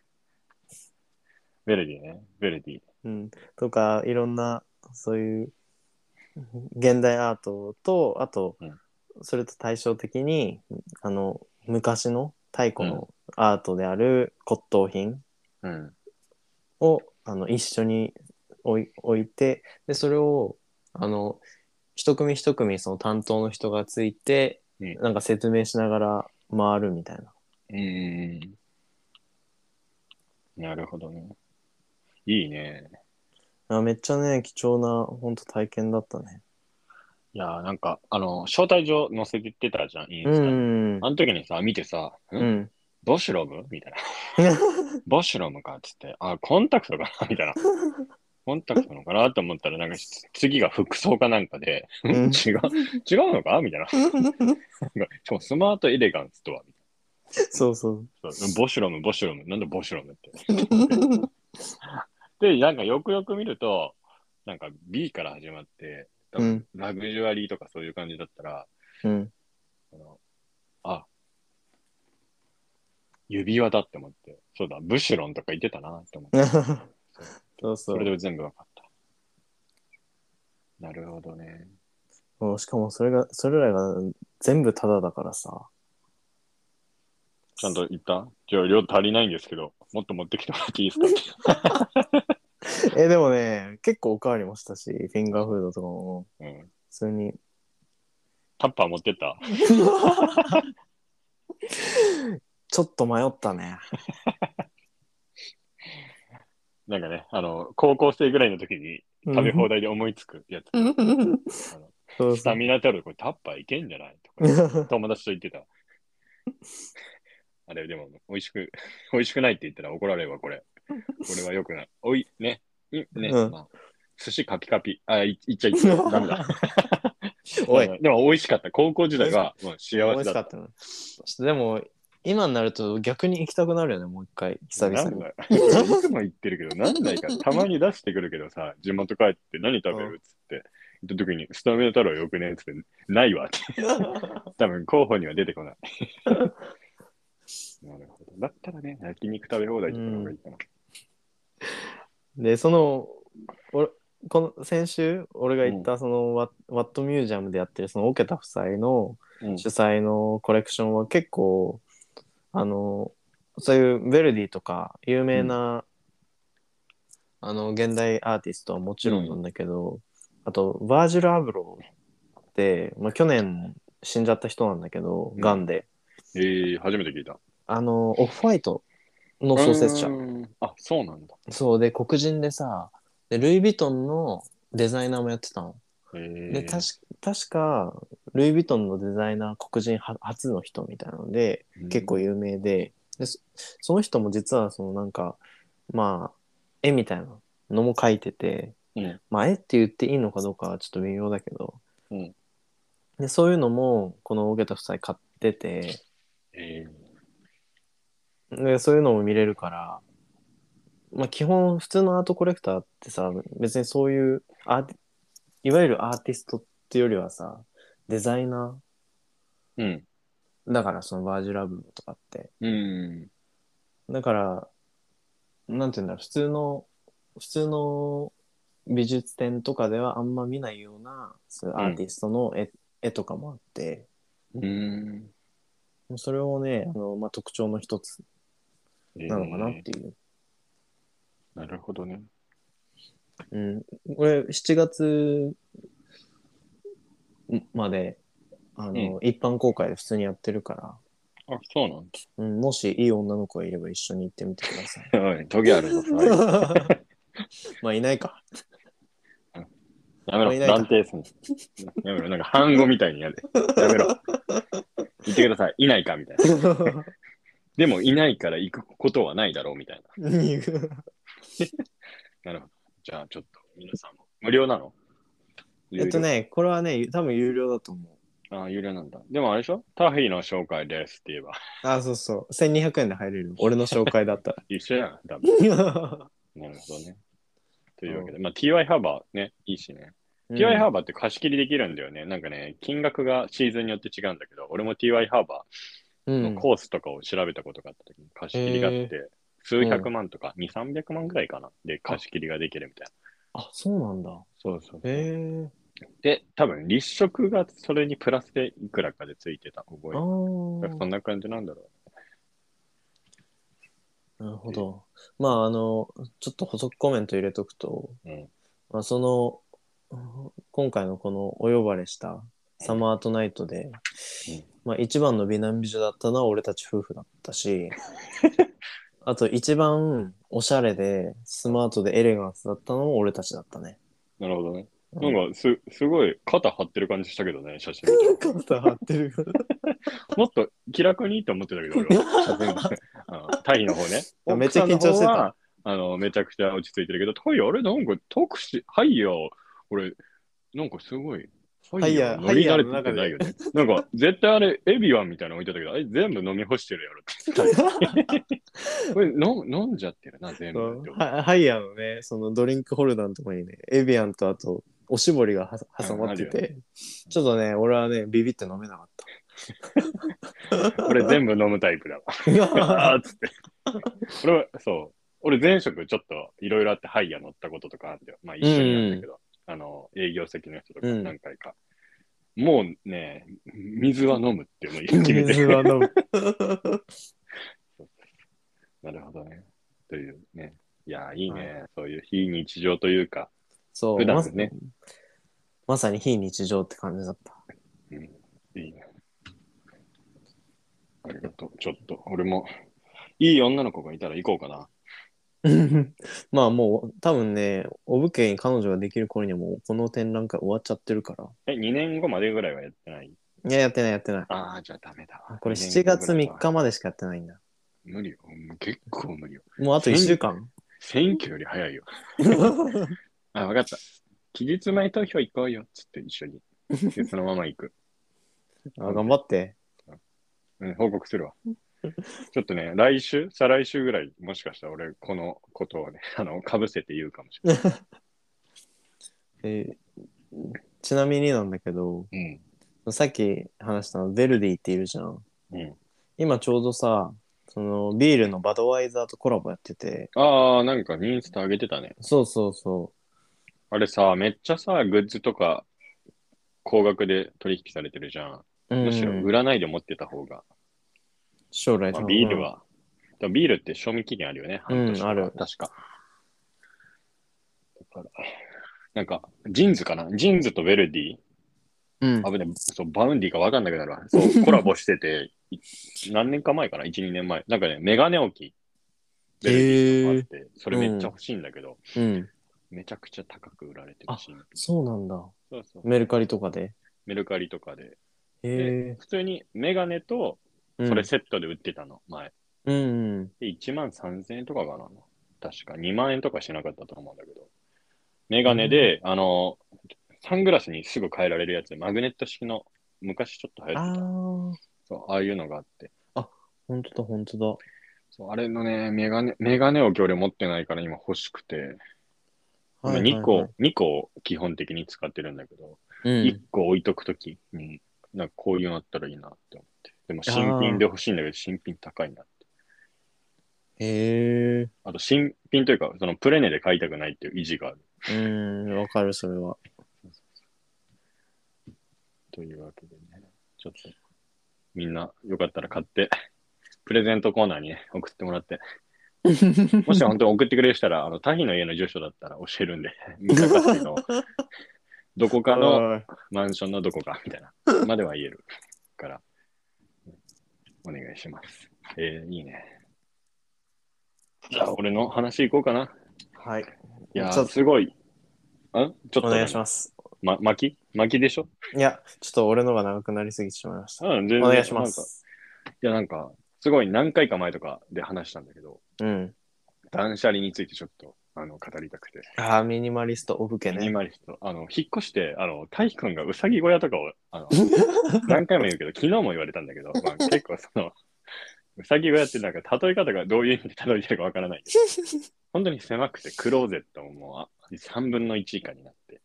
Speaker 2: ヴェルディね。ヴェルディ。
Speaker 1: うん、とかいろんなそういう現代アートとあと、
Speaker 2: うん
Speaker 1: それと対照的にあの昔の太古のアートである骨董品
Speaker 2: うん。
Speaker 1: を、あの一緒に置い置いてでそれをあの一組一組その担当の人がついて、
Speaker 2: うん
Speaker 1: なんか説明しながら回るみたいな。
Speaker 2: うん。なるほどね。いいね。
Speaker 1: あめっちゃね貴重な本当体験だったね。
Speaker 2: いやーなんか、あの、招待状載せてってたじゃん、イン
Speaker 1: う
Speaker 2: スタに。
Speaker 1: ん、
Speaker 2: あの時にさ、見てさ、
Speaker 1: うんん、
Speaker 2: ボシュロムみたいな。ボシュロムかっつって、あ、コンタクトかなみたいな。コンタクトのかなと思ったら、なんか次が服装かなんかで、
Speaker 1: うん
Speaker 2: [laughs] 違う、違うのかみたい
Speaker 1: [laughs]
Speaker 2: な。なんかしかもスマートエレガンスとは。
Speaker 1: そう
Speaker 2: [laughs]
Speaker 1: そう。
Speaker 2: そうボシュロム、ボシュロム、なんでボシュロムって。で、なんかよくよく見ると、なんか B から始まって、多分
Speaker 1: うん
Speaker 2: ラグジュアリーとかそういう感じだったら、
Speaker 1: うん、 [laughs]
Speaker 2: あのあ、指輪だって思って、そうだ、ブシュロンとか言ってたなって思って。
Speaker 1: そうそ
Speaker 2: そうれで全部分かった。なるほどね。
Speaker 1: うんしかもそれがそれらが全部タダだからさ
Speaker 2: ちゃんと言ったじゃあ量足りないんですけど、もっと持ってきてもらっていいですかって。
Speaker 1: えでもね結構おかわりもしたしフィンガーフードとかも
Speaker 2: うん、
Speaker 1: 普通に
Speaker 2: タッパー持ってった
Speaker 1: [laughs] ちょっと迷ったね
Speaker 2: なんかね、あの、高校生ぐらいの時に食べ放題で思いつくやつ。あの
Speaker 1: そう
Speaker 2: ス
Speaker 1: そ
Speaker 2: タ
Speaker 1: う
Speaker 2: ミナ太郎、これタッパーいけんじゃないとか、友達と言ってた。あれ、でも、美味しく、美味しくないって言ったら怒られるわ、これ。これはよくない。おい、ね、いね、
Speaker 1: うん
Speaker 2: まあ、寿司カピカピ。あ、いいっちゃいっちゃ、ダメだ。
Speaker 1: お
Speaker 2: あ
Speaker 1: い
Speaker 2: のでも美味しかった。高校時代はもう幸
Speaker 1: 美味し
Speaker 2: せだ
Speaker 1: か
Speaker 2: っ
Speaker 1: ったなでも今になると逆に行きたくなるよねもう一回
Speaker 2: た。
Speaker 1: 久々
Speaker 2: なん
Speaker 1: に
Speaker 2: だいつも言ってるけど、なんないか。たまに出してくるけどさ、地元帰って何食べるっつって。言った時に、スタミナ太郎よくねっつって、ない
Speaker 1: [laughs]
Speaker 2: わって。多分候補には出てこない。 [laughs] なるほど。だったらね、焼肉食べ放題とかの方がいいかな。
Speaker 1: でその俺この先週俺が行ったそのワ,、ワットミュージアムでやってるそのオケタ夫妻の
Speaker 2: うん
Speaker 1: 主催のコレクションは結構あのそういうヴェルディとか有名な、あの現代アーティストはもちろんなんだけど、あとバージル・アブローって、まあ、去年死んじゃった人なんだけど
Speaker 2: うん
Speaker 1: ガンで、
Speaker 2: えー、初めて聞いた。
Speaker 1: あのオフ・ホワイトの創設者
Speaker 2: うーん。あ、そうなんだ。
Speaker 1: そうで黒人でさでルイ・ヴィトンのデザイナーもやってたの。
Speaker 2: えー、
Speaker 1: で確確かルイ・ヴィトンのデザイナー黒人は初の人みたいなので、結構有名ででそその人も実はそのなんかまあ絵みたいなのも描いてて、
Speaker 2: うん
Speaker 1: まあ絵って言っていいのかどうかはちょっと微妙だけど、
Speaker 2: うん
Speaker 1: でそういうのもこの大げた夫妻買ってて
Speaker 2: えー
Speaker 1: でそういうのも見れるから、まあ、基本普通のアートコレクターってさ別にそういうアーティいわゆるアーティストっていうよりはさデザイナ
Speaker 2: うん。
Speaker 1: ーだからそのバージュラブとかって。
Speaker 2: うん。
Speaker 1: だから、なんていうんだろう、普通の、普通の美術展とかではあんま見ないような、そういうアーティストの絵,、絵とかもあって、
Speaker 2: うん。
Speaker 1: それをね、あのまあ、特徴の一つなのかなっ
Speaker 2: え
Speaker 1: ていう。
Speaker 2: ーなるほどね。
Speaker 1: うん。俺、7月まであの、一般公開で普通にやってるか
Speaker 2: あ、そうなん
Speaker 1: ら、うん、もしいい女の子がいれば一緒に行ってみてくださ [laughs] い。
Speaker 2: だ。おい、トゲあるぞ。おい
Speaker 1: まあいない [laughs] か。
Speaker 2: やめ
Speaker 1: もういな
Speaker 2: ろ、
Speaker 1: いか
Speaker 2: 断定すんの。やめろ、なんか反語みたいにやで。やめろ。言ってください。いないかみたいな。でも、いないから行くことはないだろうみたいな。なるほど。じゃあ、ちょっと、皆さんも。無料なの
Speaker 1: えっと。ね、これはね、多分有料だと思う。
Speaker 2: 有料あ有料なんだ。でも、あれでしょタヒの紹介ですって言えば。
Speaker 1: あ、そうそう。1200円で入れる。俺の紹介だ
Speaker 2: [laughs]
Speaker 1: った
Speaker 2: 一緒やん、多分。
Speaker 1: ら。
Speaker 2: なるほどね。というわけで、まあ、TY ハーバーね、いいしね。TY ハーバーって貸し切りできるんだよね。なんかね、金額がシーズンによって違うんだけど、俺も TY ハーバ
Speaker 1: う
Speaker 2: ー
Speaker 1: ん
Speaker 2: のコースとかを調べたことがあった時に貸し切りがあって、
Speaker 1: へー
Speaker 2: 数百万とか、2、300万ぐらいかな。で、貸し切りができるみたいな。
Speaker 1: あ、そうなんだ。
Speaker 2: そうそう
Speaker 1: へえ。
Speaker 2: で、多分立食がそれにプラスでいくらかでついてた覚え
Speaker 1: ああ。
Speaker 2: が。そんな感じなんだろ
Speaker 1: なるほど。まあ、あの、ちょっと補足コメント入れとくと、
Speaker 2: う。うん。
Speaker 1: まあ、その、うん今回のこのお呼ばれしたサマートナイトで、まあ、一番の美男美女だったのは俺たち夫婦だった [laughs] し、あと一番おしゃれでスマートでエレガンスだったのも俺たちだった [laughs] ね。
Speaker 2: なるほどね。
Speaker 1: う
Speaker 2: なんんかす、すごい肩張ってる感じしたけどね、写真見て。
Speaker 1: [laughs] 肩張ってる。
Speaker 2: もっと気楽にと思ってたけど、俺
Speaker 1: [laughs]
Speaker 2: は写真見てあのタイの方ね。
Speaker 1: めっちゃ緊張してた
Speaker 2: 奥さんの方は。あの、めちゃくちゃ落ち着いてるけど、タイ、あれなんか特殊、はいよ、俺、なんかすごい、は
Speaker 1: イヤー
Speaker 2: 乗り慣れてないよね。なんか、絶対あれ、エビワンみたいなの置いてたけど、あれ全部飲み干してるやろ
Speaker 1: [laughs]
Speaker 2: って。これ飲飲んじゃってるな、全部って
Speaker 1: [laughs]
Speaker 2: 思う。
Speaker 1: はハイヤーのね、そのドリンクホルダーのところにね、エビアンとあと、おしぼりがは挟まって
Speaker 2: うんあ
Speaker 1: て、ちょっとね、俺はね、ビビって飲めなかっ
Speaker 2: 俺全部飲むタイ
Speaker 1: [laughs]
Speaker 2: プだわ。
Speaker 1: た。
Speaker 2: あーっつって。俺は、そう。俺前職ちょっといろいろあって、ハイヤー乗ったこととかあって、まあ一緒にやったけど、あの、営業席の人とか
Speaker 1: うん
Speaker 2: 何回か。もうね、水は飲むってもう [laughs] 決めて
Speaker 1: [laughs] 水は
Speaker 2: [laughs]
Speaker 1: 飲む。
Speaker 2: なるほどね。というね。いやー、いいね、そういう非日常というか、
Speaker 1: そう、
Speaker 2: 普段
Speaker 1: ま
Speaker 2: の
Speaker 1: さ
Speaker 2: ね。
Speaker 1: まさに非日常って感じだった。 [laughs]
Speaker 2: いいね。ありがとう。ちょっと、俺も、いい女の子がいたら行こうかな。
Speaker 1: まあもう、多分ね、お武家に彼女ができる頃にはもうこの展覧会終わっちゃってるから。
Speaker 2: え、2年後までぐらいはやってない
Speaker 1: いや、やってない、やってない。
Speaker 2: ああ、じゃあダメだわ。
Speaker 1: これ
Speaker 2: 二
Speaker 1: 7
Speaker 2: 年後ぐ
Speaker 1: 月
Speaker 2: らいは
Speaker 1: 3日までしかやってないんだ。
Speaker 2: 無理よ。もう結構無理よ。
Speaker 1: もうあと1週間。
Speaker 2: 選挙より早
Speaker 1: [laughs]
Speaker 2: いよ。あ、わかった。期日前投票行こうよ。つって一緒に。でそのまま行く。
Speaker 1: あ頑張って。
Speaker 2: うん、報告するわ。ちょっとね、来週、再来週ぐらい、もしかしたら俺、このことをね、 [laughs] あの、かぶせて言うかもしれ
Speaker 1: えーちなみになんだけど、
Speaker 2: ない。
Speaker 1: さっき話したの、ヴェルディっているじゃん。
Speaker 2: うん。うん。
Speaker 1: 今ちょうどさ、そのビールのバドワイザーとコラボやってて、
Speaker 2: ああ、なんかインスタ上げてたね。
Speaker 1: そうそうそ
Speaker 2: あれさ、めっちゃさ、グッズとか、高額で取引されてるじゃん。
Speaker 1: う。うん
Speaker 2: むしろ売らないで持ってた方が。
Speaker 1: 将来
Speaker 2: ま
Speaker 1: 多
Speaker 2: あ、
Speaker 1: 分
Speaker 2: ビールは。でもビールって賞味期限あるよね。
Speaker 1: うん
Speaker 2: 半年とか
Speaker 1: ある
Speaker 2: 確か。だから、なんか、ジーンズかなジーンズとヴェルディ
Speaker 1: うん。
Speaker 2: 危ねそう、バウンディかわかんなくなるわ。
Speaker 1: [laughs]
Speaker 2: そう、コラボしてて、い何年か前かな ?1、2年前。なんかね、メガネ置き。ヴェルディとかあって、それめっちゃ欲しいんだけど、
Speaker 1: うん。
Speaker 2: めちゃくちゃ高く売られてるし。
Speaker 1: そうなんだ。
Speaker 2: そうそう。
Speaker 1: メルカリとかで。
Speaker 2: メルカリとかで。
Speaker 1: へえ。
Speaker 2: 普通にメガネと、
Speaker 1: うん
Speaker 2: それセットで売ってたの、前。
Speaker 1: うんうん。
Speaker 2: で、1万3000円とかかな。確か、2万円とかしなかったと思うんだけど。メガネで、あの、サングラスにすぐ変えられるやつ、マグネット式の、昔ちょっと流
Speaker 1: あ
Speaker 2: 行ってた。
Speaker 1: ー、
Speaker 2: そう、ああいうのがあって。
Speaker 1: ほんとだ、ほんとだ。
Speaker 2: そう、あれのね、メガネ、メガネを今日持ってないから今欲しくて、今
Speaker 1: はいはいはい
Speaker 2: 2個、、2個を基本的に使ってるんだけど、
Speaker 1: うん
Speaker 2: 1個置いとくときに、なんかこういうのあったらいいなって思って。でも新品で欲しいんだけど、新品高いなって。
Speaker 1: へえ。
Speaker 2: あと新品というか、そのプレネで買いたくないっていう意地がある。
Speaker 1: うん、わかる、それは。
Speaker 2: というわけでね、ちょっと、みんなよかったら買って、 [laughs] プレゼントコーナーにね、送ってもら
Speaker 1: [laughs]
Speaker 2: って、
Speaker 1: [laughs]
Speaker 2: もし本当に送ってくれる人たら、あの、タヒの家の住所だったら教えるんで、見かかっていうのをどこか
Speaker 1: あ
Speaker 2: の
Speaker 1: の、
Speaker 2: マンションのどこかみたいな、までは言えるから、お願いします。えー、いいね。じゃあ、俺の話いこうかな。
Speaker 1: はい。
Speaker 2: いや
Speaker 1: ちょっ
Speaker 2: ー、
Speaker 1: と
Speaker 2: すごい。あちょっと、
Speaker 1: お願いします。
Speaker 2: ま、巻き巻きでしょ
Speaker 1: いや、ちょっと俺のが長くなりすぎてしまいました。
Speaker 2: うん、
Speaker 1: お
Speaker 2: 全
Speaker 1: 願いしま
Speaker 2: なんか
Speaker 1: す。
Speaker 2: いや、なんか、すごい何回か前とかで話したんだけど、
Speaker 1: うん。
Speaker 2: 断捨離についてちょっと、あの、語りたくて。
Speaker 1: ああ、ミニマリストオブケ
Speaker 2: ミニ
Speaker 1: ね。
Speaker 2: マリスト。あの、引っ越して、あの、大輝くんがうさぎ小屋とかを、あの、何回も言うけど、昨日も言われたんだけど、まあ、結構その、うさぎ小屋ってなんか例え方がどういう意味で例えてるかわからないけど、本当に狭くてクローゼットももうあ3分の1以下になって、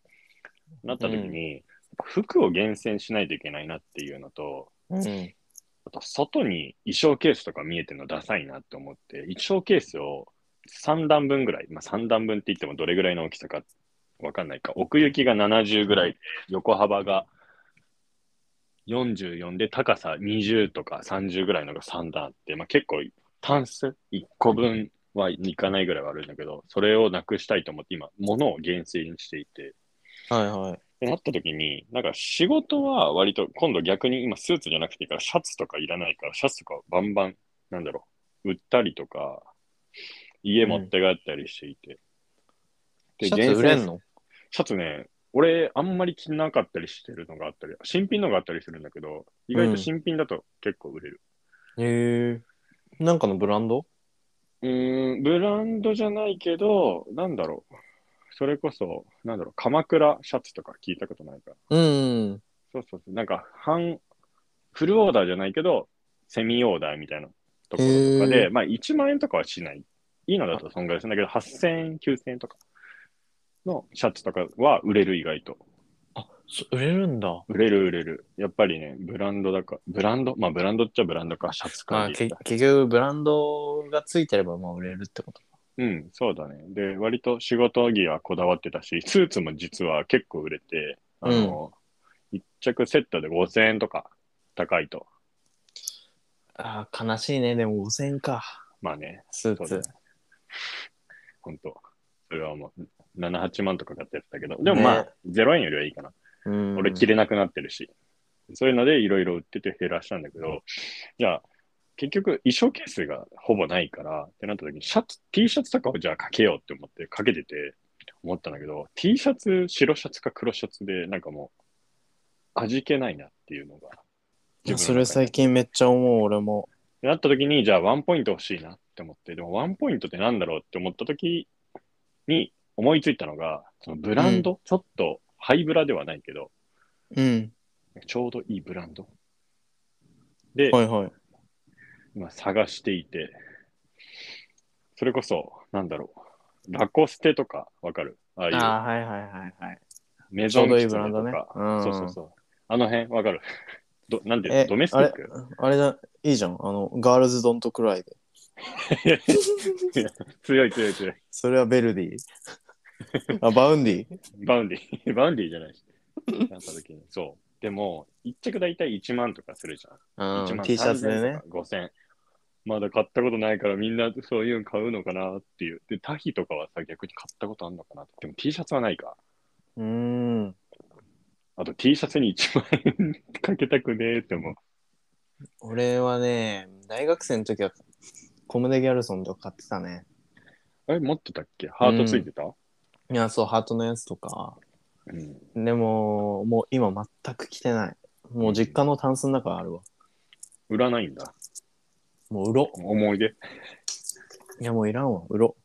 Speaker 2: なった時に、服を厳選しないといけないなっていうのと、
Speaker 1: うん。
Speaker 2: あと外に衣装ケースとか見えてるのダサいなって思って、衣装ケースを3段分ぐらい、まあ、3段分って言ってもどれぐらいの大きさかわかんないか、奥行きが70ぐらい、横幅が44で高さ20とか30ぐらいのが3段あって、まあ、結構タンス1個分はいかないぐらいはあるんだけど、それをなくしたいと思って今、物を厳選していて、
Speaker 1: はいはい。
Speaker 2: ってなった時に、なんか仕事は割と今度逆に今スーツじゃなくていいからシャツとかいらないからシャツとかバンバン、なんだろう、売ったりとか、家持って帰ったりしていて。で
Speaker 1: シャツ売れ
Speaker 2: 厳
Speaker 1: ん
Speaker 2: 選
Speaker 1: の
Speaker 2: シャツね、俺あんまり着なかったりしてるのがあったり、新品のがあったりするんだけど、意外と新品だと結構売れる。
Speaker 1: へえ。なんかのブランド
Speaker 2: うーん、ブランドじゃないけど、なんだろう。それこそ、なんだろう、鎌倉シャツとか聞いたことないか。
Speaker 1: うん。
Speaker 2: そうそうそう。なんか、半、フルオーダーじゃないけど、セミオーダーみたいなところとか
Speaker 1: へ
Speaker 2: で、
Speaker 1: ー
Speaker 2: まあ1万円とかはしない。いいのだとそんぐらいするんだけど、8000円、9000円とかのシャツとかは売れる意外と。
Speaker 1: あ、そ売れるんだ。
Speaker 2: 売れる売れる。やっぱりね、ブランドだか、ブランド、まあブランドっちゃブランドか、シャツ
Speaker 1: ま
Speaker 2: か
Speaker 1: あ、
Speaker 2: で
Speaker 1: け
Speaker 2: 言ったら。
Speaker 1: 結局、ブランドがついてれば、まあ、売れるってこと。
Speaker 2: うん、そうだね。で、割と仕事着はこだわってたし、スーツも実は結構売れて、あの、1着セットで5000円とか高いと。
Speaker 1: ああ、悲しいね。でも5000円か。
Speaker 2: まあね、
Speaker 1: ス
Speaker 2: そ
Speaker 1: ー
Speaker 2: うだ
Speaker 1: ツ
Speaker 2: ね。。本当。それはもう、7、8万とか買ってやったけど、でもまあ、0円よりはいいかな。
Speaker 1: うん。
Speaker 2: 俺、着れなくなってるし。そういうので、いろいろ売ってて減らしたんだけど、じゃあ、結局、衣装ケースがほぼないから、ってなった時に、シャツ、T シャツとかをじゃあかけようって思って、かけてて、思ったんだけど、T シャツ、白シャツか黒シャツで、なんかもう、味気ないなっていうのが。
Speaker 1: いや
Speaker 2: 自
Speaker 1: そ
Speaker 2: 分の中
Speaker 1: れ
Speaker 2: に
Speaker 1: 最近めっちゃ思う、俺も。
Speaker 2: ってなった時に、じゃあワンポイント欲しいなって思って、でもワンポイントってなんだろうって思った時に思いついたのが、そのブランド、ちょっとハイブラではないけど、
Speaker 1: うん。
Speaker 2: ちょうどいいブランド。で、
Speaker 1: はいはい。
Speaker 2: 今探していて、それこそ、なんだろう、ラコステとかわかるあ
Speaker 1: ああ、
Speaker 2: あ
Speaker 1: はいはいはいはい。
Speaker 2: いうメ
Speaker 1: ちょ
Speaker 2: ゾ
Speaker 1: う
Speaker 2: ン
Speaker 1: どい
Speaker 2: キ
Speaker 1: い
Speaker 2: ツ
Speaker 1: ブラ
Speaker 2: ネ
Speaker 1: ンド
Speaker 2: と
Speaker 1: ね
Speaker 2: か。。
Speaker 1: うん。
Speaker 2: そうそうそう。あの辺わかるどなんていう
Speaker 1: え
Speaker 2: のドメステ
Speaker 1: あ
Speaker 2: ィッ
Speaker 1: れ
Speaker 2: ク
Speaker 1: あれだ、いいじゃん。あの、ガールズドントクライで。
Speaker 2: 強い強い強い。
Speaker 1: それはベルデ [laughs] ィ。あ、バウンディ。
Speaker 2: バウンディ、 [laughs] バウンディじゃな
Speaker 1: [laughs]
Speaker 2: いし。なった時に。そう。でも、一着大体1万とかするじゃん。1
Speaker 1: うん、
Speaker 2: 万
Speaker 1: T シャツでね。。
Speaker 2: 5000。まだ買ったことないからみんなそういうの買うのかなっていう。で、タヒとかはさ、逆に買ったことあるのかなって。でも T シャツはないか。
Speaker 1: うーん。
Speaker 2: あと T シャツに1万円かけたくねえって思う。
Speaker 1: 俺はね、大学生の時はコムデ・ギャルソンとか買ってたね。
Speaker 2: あれ、持ってたっけハートついてた、
Speaker 1: いや、そう、ハートのやつとか。
Speaker 2: うん、
Speaker 1: でも、もう今全く着てない。もう実家のタンスの中あるわ。
Speaker 2: 売らないんだ。
Speaker 1: もう売ろ
Speaker 2: 思い出。
Speaker 1: う。いや、もういらんわ、売ろ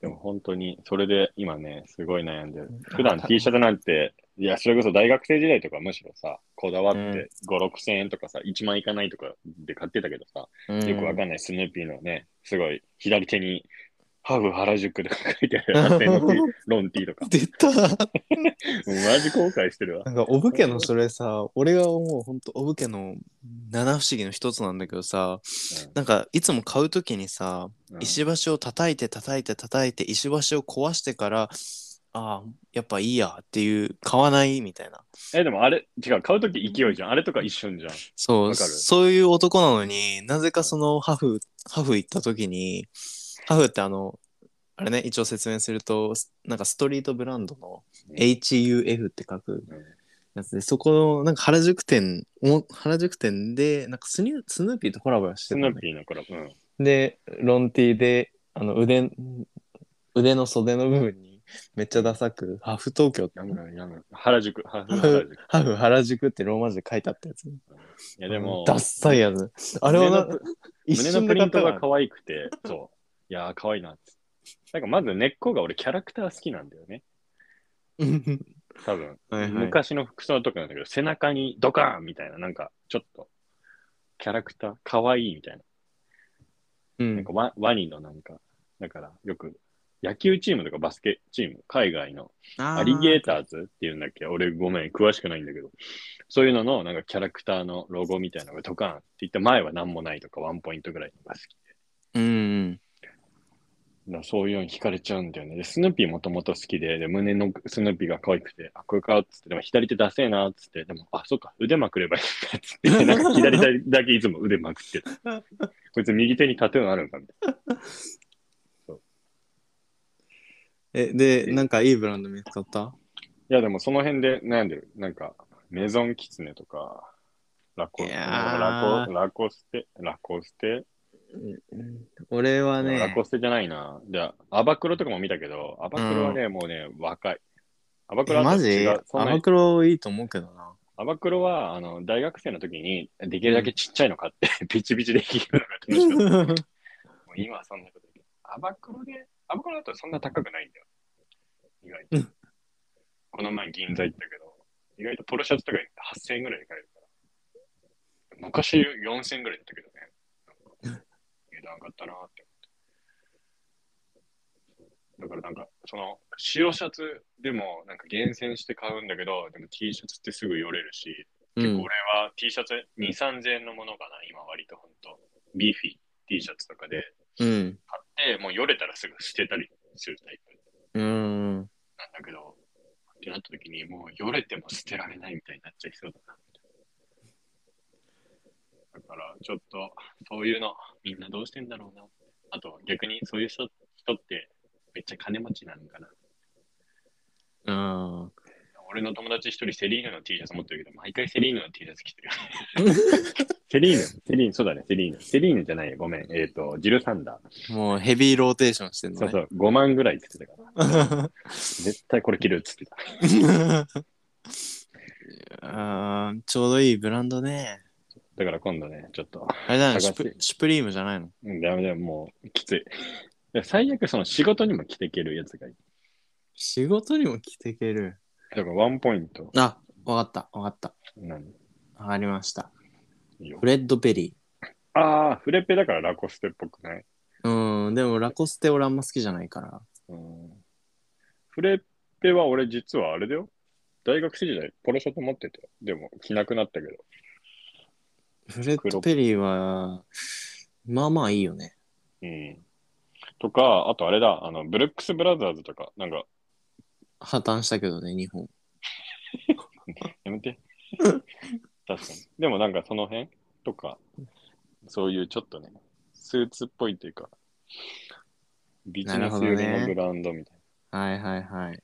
Speaker 2: でも本当に、それで今ね、すごい悩んでる
Speaker 1: うん。
Speaker 2: 普段 T シャツなんて、いや、それこそ大学生時代とかむしろさ、こだわっ
Speaker 1: うん
Speaker 2: て5、6千円とかさ、1万いかないとかで買ってたけどさ、
Speaker 1: う。うん
Speaker 2: よくわかんないスヌーピーのね、すごい左手に、ハーフ原宿とか書いてある8000円の T ロン T とか。
Speaker 1: 出た
Speaker 2: もうマジ後悔してるわ
Speaker 1: な。んか、お武家のそれさ、俺が思う、ほんと、お武家の七不思議の一つなんだけどさ、なんか、いつも買うときにさ、
Speaker 2: うんうん
Speaker 1: 石橋を叩いて叩いて叩いて石橋を壊してからああやっぱいいやっていう買わないみたいな
Speaker 2: え、でもあれ、違う、買うとき勢いじゃん。あれとか一瞬じゃん。
Speaker 1: そ
Speaker 2: わ
Speaker 1: う
Speaker 2: かる
Speaker 1: そういう男なのになぜかそのハーフハーフ行った時にハーフってあのあれね、一応説明すると、すなんかストリートブランドの
Speaker 2: うん
Speaker 1: HUF って書くやつで、そこの、なんか原宿店、お原宿店で、なんかスニースヌーピーとコラボして
Speaker 2: ス
Speaker 1: た
Speaker 2: ヌ
Speaker 1: のね
Speaker 2: ーピーのコラボ。うん。
Speaker 1: で、ロンティーで、あの腕、腕の袖の部分にめっちゃダサく、ハフ東京って
Speaker 2: やめろやめろ原宿。ハフ
Speaker 1: ハ
Speaker 2: 原
Speaker 1: [laughs]
Speaker 2: 宿
Speaker 1: フ。ハフ原宿ってローマ字で書いてあったやつ。
Speaker 2: いやでも、
Speaker 1: ダッサいやつ。あれはな
Speaker 2: 胸のプ
Speaker 1: 一
Speaker 2: 胸
Speaker 1: 瞬
Speaker 2: の
Speaker 1: で
Speaker 2: プリ
Speaker 1: 買っ
Speaker 2: ン
Speaker 1: た
Speaker 2: ト
Speaker 1: わ
Speaker 2: が。可愛くて、そう。いやー、可愛いなって。なんかまず根っこが俺キャラクター好きなんだよね。多分、
Speaker 1: はいはい
Speaker 2: 昔の服装の時なんだけど、背中にドカーンみたいな、なんかちょっと、キャラクター、可愛いみたいな。
Speaker 1: う
Speaker 2: なん
Speaker 1: ん
Speaker 2: かワワニのなんか、だからよく野球チームとかバスケチーム、海外のアリゲーターズっていうんだっけ俺ごめん、詳しくないんだけど、そういうののなんかキャラクターのロゴみたいなのがドカンって言って前は何もないとかワンポイントぐらいのが好き
Speaker 1: うん。
Speaker 2: だからそういうのに惹かれちゃうんだよね。で、スヌーピーもともと好きで、で、胸のスヌーピーが可愛くて、あ、これかっつって、でも左手出せえなっつって、でも、あ、そっか、腕まくればいい
Speaker 1: [laughs]
Speaker 2: んだっつって、なんか左手だけいつも腕まくってた。こいつ右手にタトゥーあるんかみたい
Speaker 1: え、で、なんかいいブランド見つかった
Speaker 2: な。いや、でもその辺で悩んでる。なんか、メゾンキツネとか、ラコ
Speaker 1: い
Speaker 2: ステ、
Speaker 1: や
Speaker 2: ラ
Speaker 1: ー
Speaker 2: コラコステ、ラコステ、
Speaker 1: 俺は
Speaker 2: ラ
Speaker 1: ね
Speaker 2: コ、ステじゃないな。じゃあ、アバクロとかも見たけど、アバクロはね、もうね、若い。アバクロは
Speaker 1: マ
Speaker 2: 違
Speaker 1: ジ
Speaker 2: うそん
Speaker 1: ア
Speaker 2: なに
Speaker 1: マクロいいと思うけどな。
Speaker 2: アバクロは、あの、大学生の時に、できるだけちっちゃいの買って、
Speaker 1: [laughs]
Speaker 2: ピチピチできるのが楽しかった。もう今はそんなことできない。アバクロで、アバクロだとそんな高くないんだよ。意外と。
Speaker 1: うん
Speaker 2: この前銀座行ったけど、意外とポロシャツとか8000円ぐらいで買えるから。昔4000円ぐらいだったけどね。なんか値段上がったなーって思って。だからなんか、その、白シャツでもなんか厳選して買うんだけど、でも T シャツってすぐよれるし、
Speaker 1: う
Speaker 2: 結構
Speaker 1: ん
Speaker 2: 俺は T シャツ2、3000円のものかな、今割と本当ビーフィー T シャツとかで
Speaker 1: うん。
Speaker 2: 買って、もうよれたらすぐ捨てたりするタイプ
Speaker 1: うん。
Speaker 2: なんだけど、ってなった時にもうよれても捨てられないみたいになっちゃいそうだな。だからちょっとそういうのみんなどうしてんだろうな。あと逆にそういう人人ってめっちゃ金持ちなのかな。
Speaker 1: あ
Speaker 2: 俺の友達一人セリーヌの T シャツ持ってるけど、毎回セリーヌの T シャツ着てる。 [laughs] セリーヌ、セリーヌ、そうだね、セリーヌ。セリーヌじゃないよ、ごめん。えっ、と、ジルサンダー。
Speaker 1: あ。もうヘビーローテーションしてんの
Speaker 2: そう
Speaker 1: ね
Speaker 2: そ。う、5万ぐらいって言ってたから。絶対これ着るっつってた。
Speaker 1: あーちょうどいいブランドね。
Speaker 2: だから今度ね、ちょっと、
Speaker 1: あれだね、シ
Speaker 2: 探
Speaker 1: ュ
Speaker 2: して
Speaker 1: プシュプリームじゃないの
Speaker 2: うんダメだよ、もう、きつい。で最悪、その仕事にも着ていけるやつがいい。
Speaker 1: 仕事にも着ていける。
Speaker 2: だからワンポイント。
Speaker 1: あ、わかった、わかった。
Speaker 2: 何
Speaker 1: わかりました。
Speaker 2: いいよ
Speaker 1: フレッドペリ
Speaker 2: ああ、フレペだからラコステっぽくない
Speaker 1: ー。うん、でもラコステ俺あんま好きじゃないから。
Speaker 2: うん。フレペは俺実はあれだよ。大学生時代、ポロシャツ持ってたよ。でも、着なくなったけど。
Speaker 1: フレッドペリーは、まあまあいいよね。
Speaker 2: うん。とか、あとあれだ、あの、ブルックス・ブラザーズとか、なんか、
Speaker 1: 破綻したけどね、日本。
Speaker 2: やめて。確かに。でもなんかその辺とか、そういうちょっとね、スーツっぽいというか、ビジネス寄りのブランドみたい
Speaker 1: はいはいはい。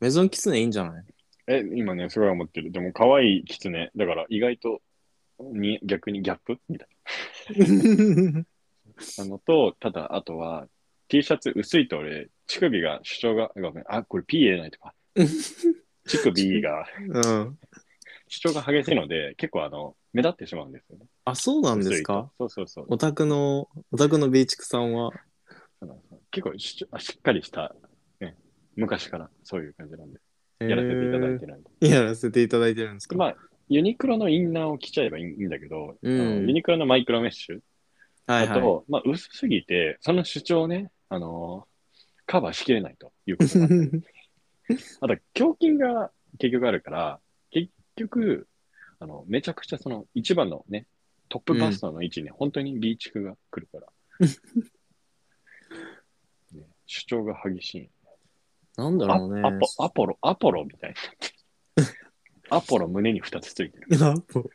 Speaker 1: メゾンキツネいいんじゃない
Speaker 2: な。え、今ね、すごい思ってる。でも可愛いキツネ。だから意外とに逆にギャップみたいなのと、ただあとは T シャツ薄いと俺、乳首が主張が、ごめん、あ、これ P 入れないとか。乳首が
Speaker 1: うん。
Speaker 2: 主張が激しいので、結構あの、目立ってしまうんですよね。
Speaker 1: あ、そうなんです
Speaker 2: 薄い
Speaker 1: か
Speaker 2: とそうそうそう。
Speaker 1: オタクの、オタクのビーチクさんは。
Speaker 2: 結構ししっかりした、ね、昔からそういう感じなんで、やらせていただいてるんで。
Speaker 1: えーやらせていただいてるんですか、
Speaker 2: まあ、ユニクロのインナーを着ちゃえばいいんだけど、
Speaker 1: うん
Speaker 2: あのユニクロのマイクロメッシュ
Speaker 1: は
Speaker 2: だ
Speaker 1: い
Speaker 2: と、
Speaker 1: は
Speaker 2: まあ、薄すぎて、その主張をね、あのーカバーしきれないということがあって
Speaker 1: い。
Speaker 2: あと、胸筋が結局あるから、結局、あの、めちゃくちゃその一番のね、トップバスターの位置に本当に B 地区が来るから。ね主張が激しい。
Speaker 1: なんだ
Speaker 2: あ
Speaker 1: ろうね。
Speaker 2: アポアポロ、アポロみたいな。アポロ胸に2つついてる。
Speaker 1: アポ。
Speaker 2: そう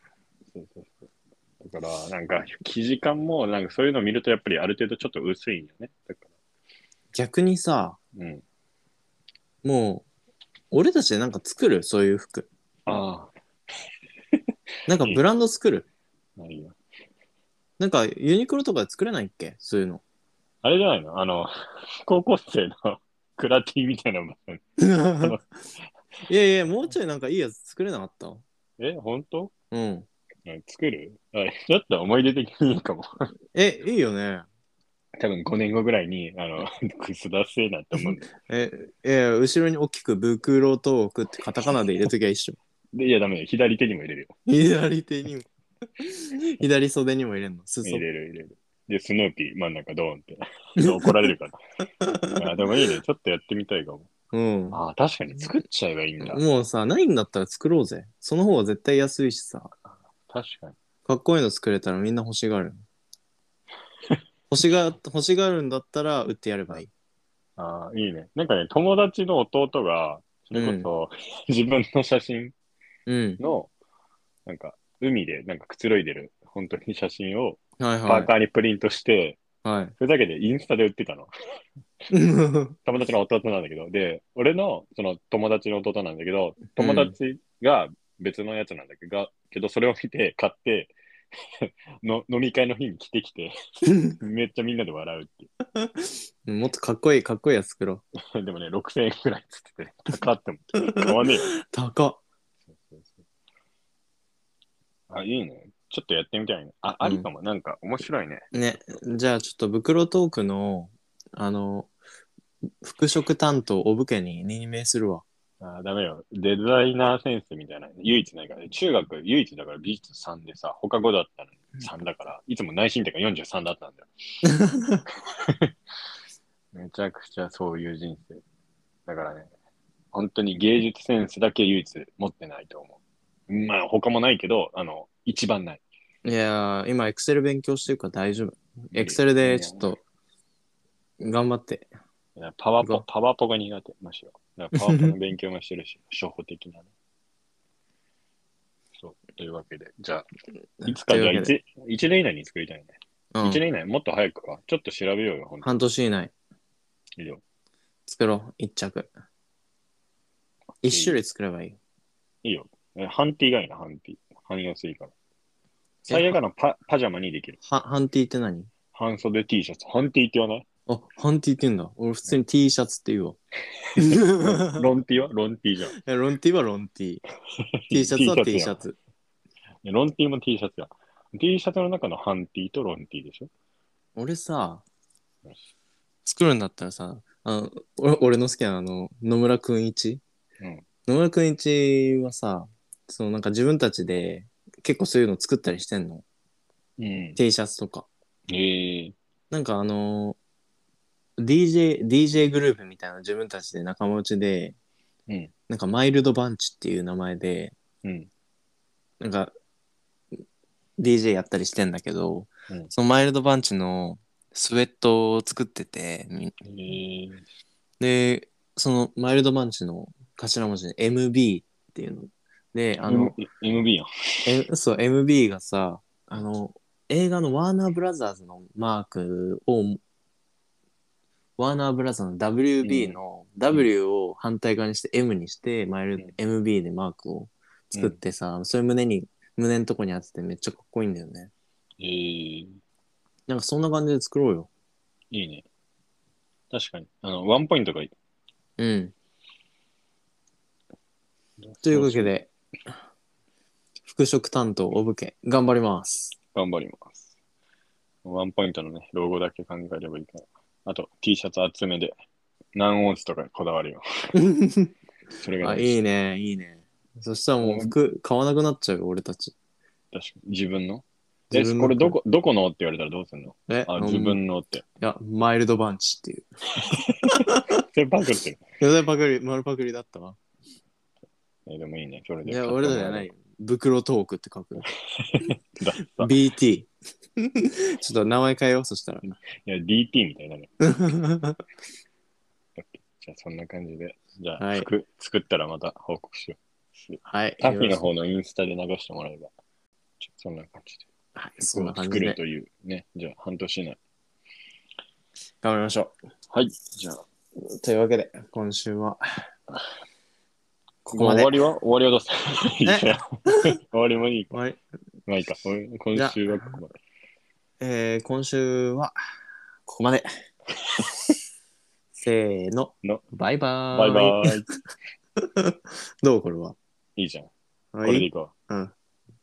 Speaker 2: そうそうだから、なんか、生地感も、なんかそういうのを見ると、やっぱりある程度ちょっと薄いんよね。だか
Speaker 1: 逆にさ、
Speaker 2: うん。
Speaker 1: もう、俺たちでなんか作るそういう服。
Speaker 2: あ
Speaker 1: なんかブランド作る。
Speaker 2: あ、ないよ。
Speaker 1: なんかユニクロとかで作れないっけそう
Speaker 2: [laughs]
Speaker 1: いうの。
Speaker 2: あれじゃないのあの、高校生の [laughs] クラティみたいなもの。
Speaker 1: いやいや、もうちょいなんかいいやつ作れなかった
Speaker 2: え、本当
Speaker 1: うん。
Speaker 2: うん作るあちょっと思い出的にいいかも。 [laughs]
Speaker 1: え、いいよね。
Speaker 2: 多分5年後ぐらいに、あの、 [laughs] くすだせえなって思うんだよ
Speaker 1: え、え、後ろに大きくブクロトークってカタカナで入れときゃ
Speaker 2: [laughs]
Speaker 1: 一緒。
Speaker 2: でいや、ダメよ。左手にも入れるよ。
Speaker 1: 左手にも。左袖にも入れんの。裾
Speaker 2: 入れる入れる。で、スヌーピー真ん中ドーン
Speaker 1: [laughs]
Speaker 2: って。怒られるから。あでもいいね。ちょっとやってみたいかも。
Speaker 1: うん。
Speaker 2: ああ、確かに作っちゃえばいいんだ。
Speaker 1: もうさ、ないんだったら作ろうぜ。その方が絶対安いしさ。
Speaker 2: 確かに。
Speaker 1: かっこいいの作れたらみんな欲しがる。
Speaker 2: [laughs]
Speaker 1: 欲しが、欲しがるんだったら売ってやればいい。
Speaker 2: ああ、いいね。なんかね、友達の弟が、それこそ、自分の写真
Speaker 1: うん。
Speaker 2: の、なんか、海で、なんかくつろいでる、本当に写真を、
Speaker 1: はい
Speaker 2: パーカ
Speaker 1: は
Speaker 2: ーにプリントして、
Speaker 1: い。はい。
Speaker 2: [laughs] それだけでインスタで売ってたの。友達の弟なんだけど、で、俺の、その友達の弟なんだけど、友達が別のやつなんだけど、がけどそれを見て、買って、 [laughs] の飲み会の日に着てきて、めっちゃみんなで笑うっていう
Speaker 1: もっとかっこいい、かっこいいやつ作ろう。
Speaker 2: でもね、6000円ぐらいっつってて、高っても買わねえよ。
Speaker 1: 高っ。
Speaker 2: あ、いいね。ちょっとやってみたいね。あ、ありかも。なんか面白いね。
Speaker 1: ね、じゃあちょっと袋トークの、あの、服飾担当、お武家に任命するわ。
Speaker 2: あ、ダメよ。デザイナーセンスみたいな。唯一ないから、ね、中学唯一だから美術3でさ、他5だったのに3だから、いつも内申点が43だったんだよ。
Speaker 1: [laughs]
Speaker 2: めちゃくちゃそういう人生。だからね、本当に芸術センスだけ唯一持ってないと思う。まあ他もないけど、あの、一番ない。
Speaker 1: いやー、今、エクセル勉強してるから大丈夫。エクセルでちょっと、頑張って。
Speaker 2: いやパワ
Speaker 1: 行
Speaker 2: ポ、パワポが苦手、むしろ。だからパワポの勉強もしてる
Speaker 1: [laughs]
Speaker 2: し、初歩的なね。そう、というわけで、じゃあ、いつか
Speaker 1: と
Speaker 2: じゃあ
Speaker 1: いうわけで
Speaker 2: 1, 一年以内に作りたいね。
Speaker 1: うん
Speaker 2: 1年以内、もっと早くか。ちょっと調べようよ、ほんと
Speaker 1: 半年以内、
Speaker 2: 以上
Speaker 1: 作ろう、一着。一種類作ればいい。
Speaker 2: いいよ。えハンティがいいな、ハンティ。汎用性いいから。最悪あのパパジャマにできる。
Speaker 1: は、ハンティって何
Speaker 2: 半袖 T シャツ。ハンティって言わ
Speaker 1: [laughs]
Speaker 2: ない
Speaker 1: あ、ハンティって言うんだ。俺普通に T シャツって言うわ。 [laughs]
Speaker 2: ロンティはロンティじゃん。
Speaker 1: いやロンティはロンティ。T シャツは T シャ
Speaker 2: ツ
Speaker 1: ツ。
Speaker 2: やん。ロンティも T シャツや。T シャツの中のハンティとロンティでしょ
Speaker 1: 俺さ、作るんだったらさ、あの俺俺の好きなあの野村くん一、
Speaker 2: うん
Speaker 1: 野村くん一はさ、そのなんか自分たちで結構そういうの作ったりしてんの。
Speaker 2: うん。
Speaker 1: T シャツとか。
Speaker 2: ええ
Speaker 1: なんかあの DJ、DJ グループみたいな自分たちで仲間内で、
Speaker 2: うん
Speaker 1: なんかマイルドバンチっていう名前で、
Speaker 2: うん。
Speaker 1: なんか DJ やったりしてんだけど、
Speaker 2: うん
Speaker 1: そのマイルドバンチのスウェットを作っててみ
Speaker 2: ええ
Speaker 1: でそのマイルドバンチの頭文字で MB っていうのであの、
Speaker 2: M- MB やん。
Speaker 1: えそう MB がさあの映画のワーナーブラザーズのマークをワーナーブラザーズの WB の W を反対側にして M にしてマイル、MB でマークを作ってさ、それ胸に胸のとこに当ててめっちゃかっこいいんだよね。
Speaker 2: ええ
Speaker 1: なんかそんな感じで作ろうよ。
Speaker 2: いいね。確かに。あの、ワンポイントがいい。
Speaker 1: うん。というわけ。で、服飾担当、お武家、頑張ります。
Speaker 2: 頑張ります。ワンポイントのね、ロゴだけ考えればいいから。あと、T シャツ厚めで、何オンスとかこだわ
Speaker 1: [laughs]
Speaker 2: るよ。それが、
Speaker 1: あ、
Speaker 2: ね、
Speaker 1: いいね、いいね。そしたらもう服買わなくなっちゃうよ、俺たち。
Speaker 2: 確かに。自分の。え、
Speaker 1: 自分の
Speaker 2: これどこ、どこのって言われたらどうすんの
Speaker 1: え
Speaker 2: あ、
Speaker 1: の
Speaker 2: 自
Speaker 1: い
Speaker 2: 分のって。
Speaker 1: や、マイルドバンチっていう。
Speaker 2: それパクってる。
Speaker 1: いや、それパクリ、丸パクリだったわ。
Speaker 2: え、でもいいね。それで。
Speaker 1: いや、俺らじゃない。よ。袋トークって書
Speaker 2: [laughs]
Speaker 1: く。
Speaker 2: だ
Speaker 1: BT。ちょっと名前変えよう、そしたら。 [laughs]
Speaker 2: いや、DT みたいなね。じゃあ、そんな感じで。じゃあ、
Speaker 1: はい
Speaker 2: 服作ったらまた報告しよう。
Speaker 1: はい。
Speaker 2: タフィーの方のインスタで流してもらえば、ちょそんな感じで。
Speaker 1: はい、そ
Speaker 2: 服
Speaker 1: んな
Speaker 2: を
Speaker 1: 感
Speaker 2: 作
Speaker 1: じ
Speaker 2: る
Speaker 1: で
Speaker 2: というね、じゃあ半年以内。
Speaker 1: 頑張りましょう。
Speaker 2: はい。じゃあ、
Speaker 1: というわけで、今週は。ここ
Speaker 2: ここ
Speaker 1: ま
Speaker 2: 終
Speaker 1: で。
Speaker 2: わ
Speaker 1: 終
Speaker 2: りは終わりはどうするいや [laughs] 終わりもいい。
Speaker 1: わり
Speaker 2: まあいいか。今週はここまで。
Speaker 1: えー、今週は、ここまで。 [laughs] せーの
Speaker 2: の
Speaker 1: バイバー
Speaker 2: バイバーイ。
Speaker 1: どうこれは。
Speaker 2: いいじゃん。こ
Speaker 1: は
Speaker 2: れでいこう。
Speaker 1: うん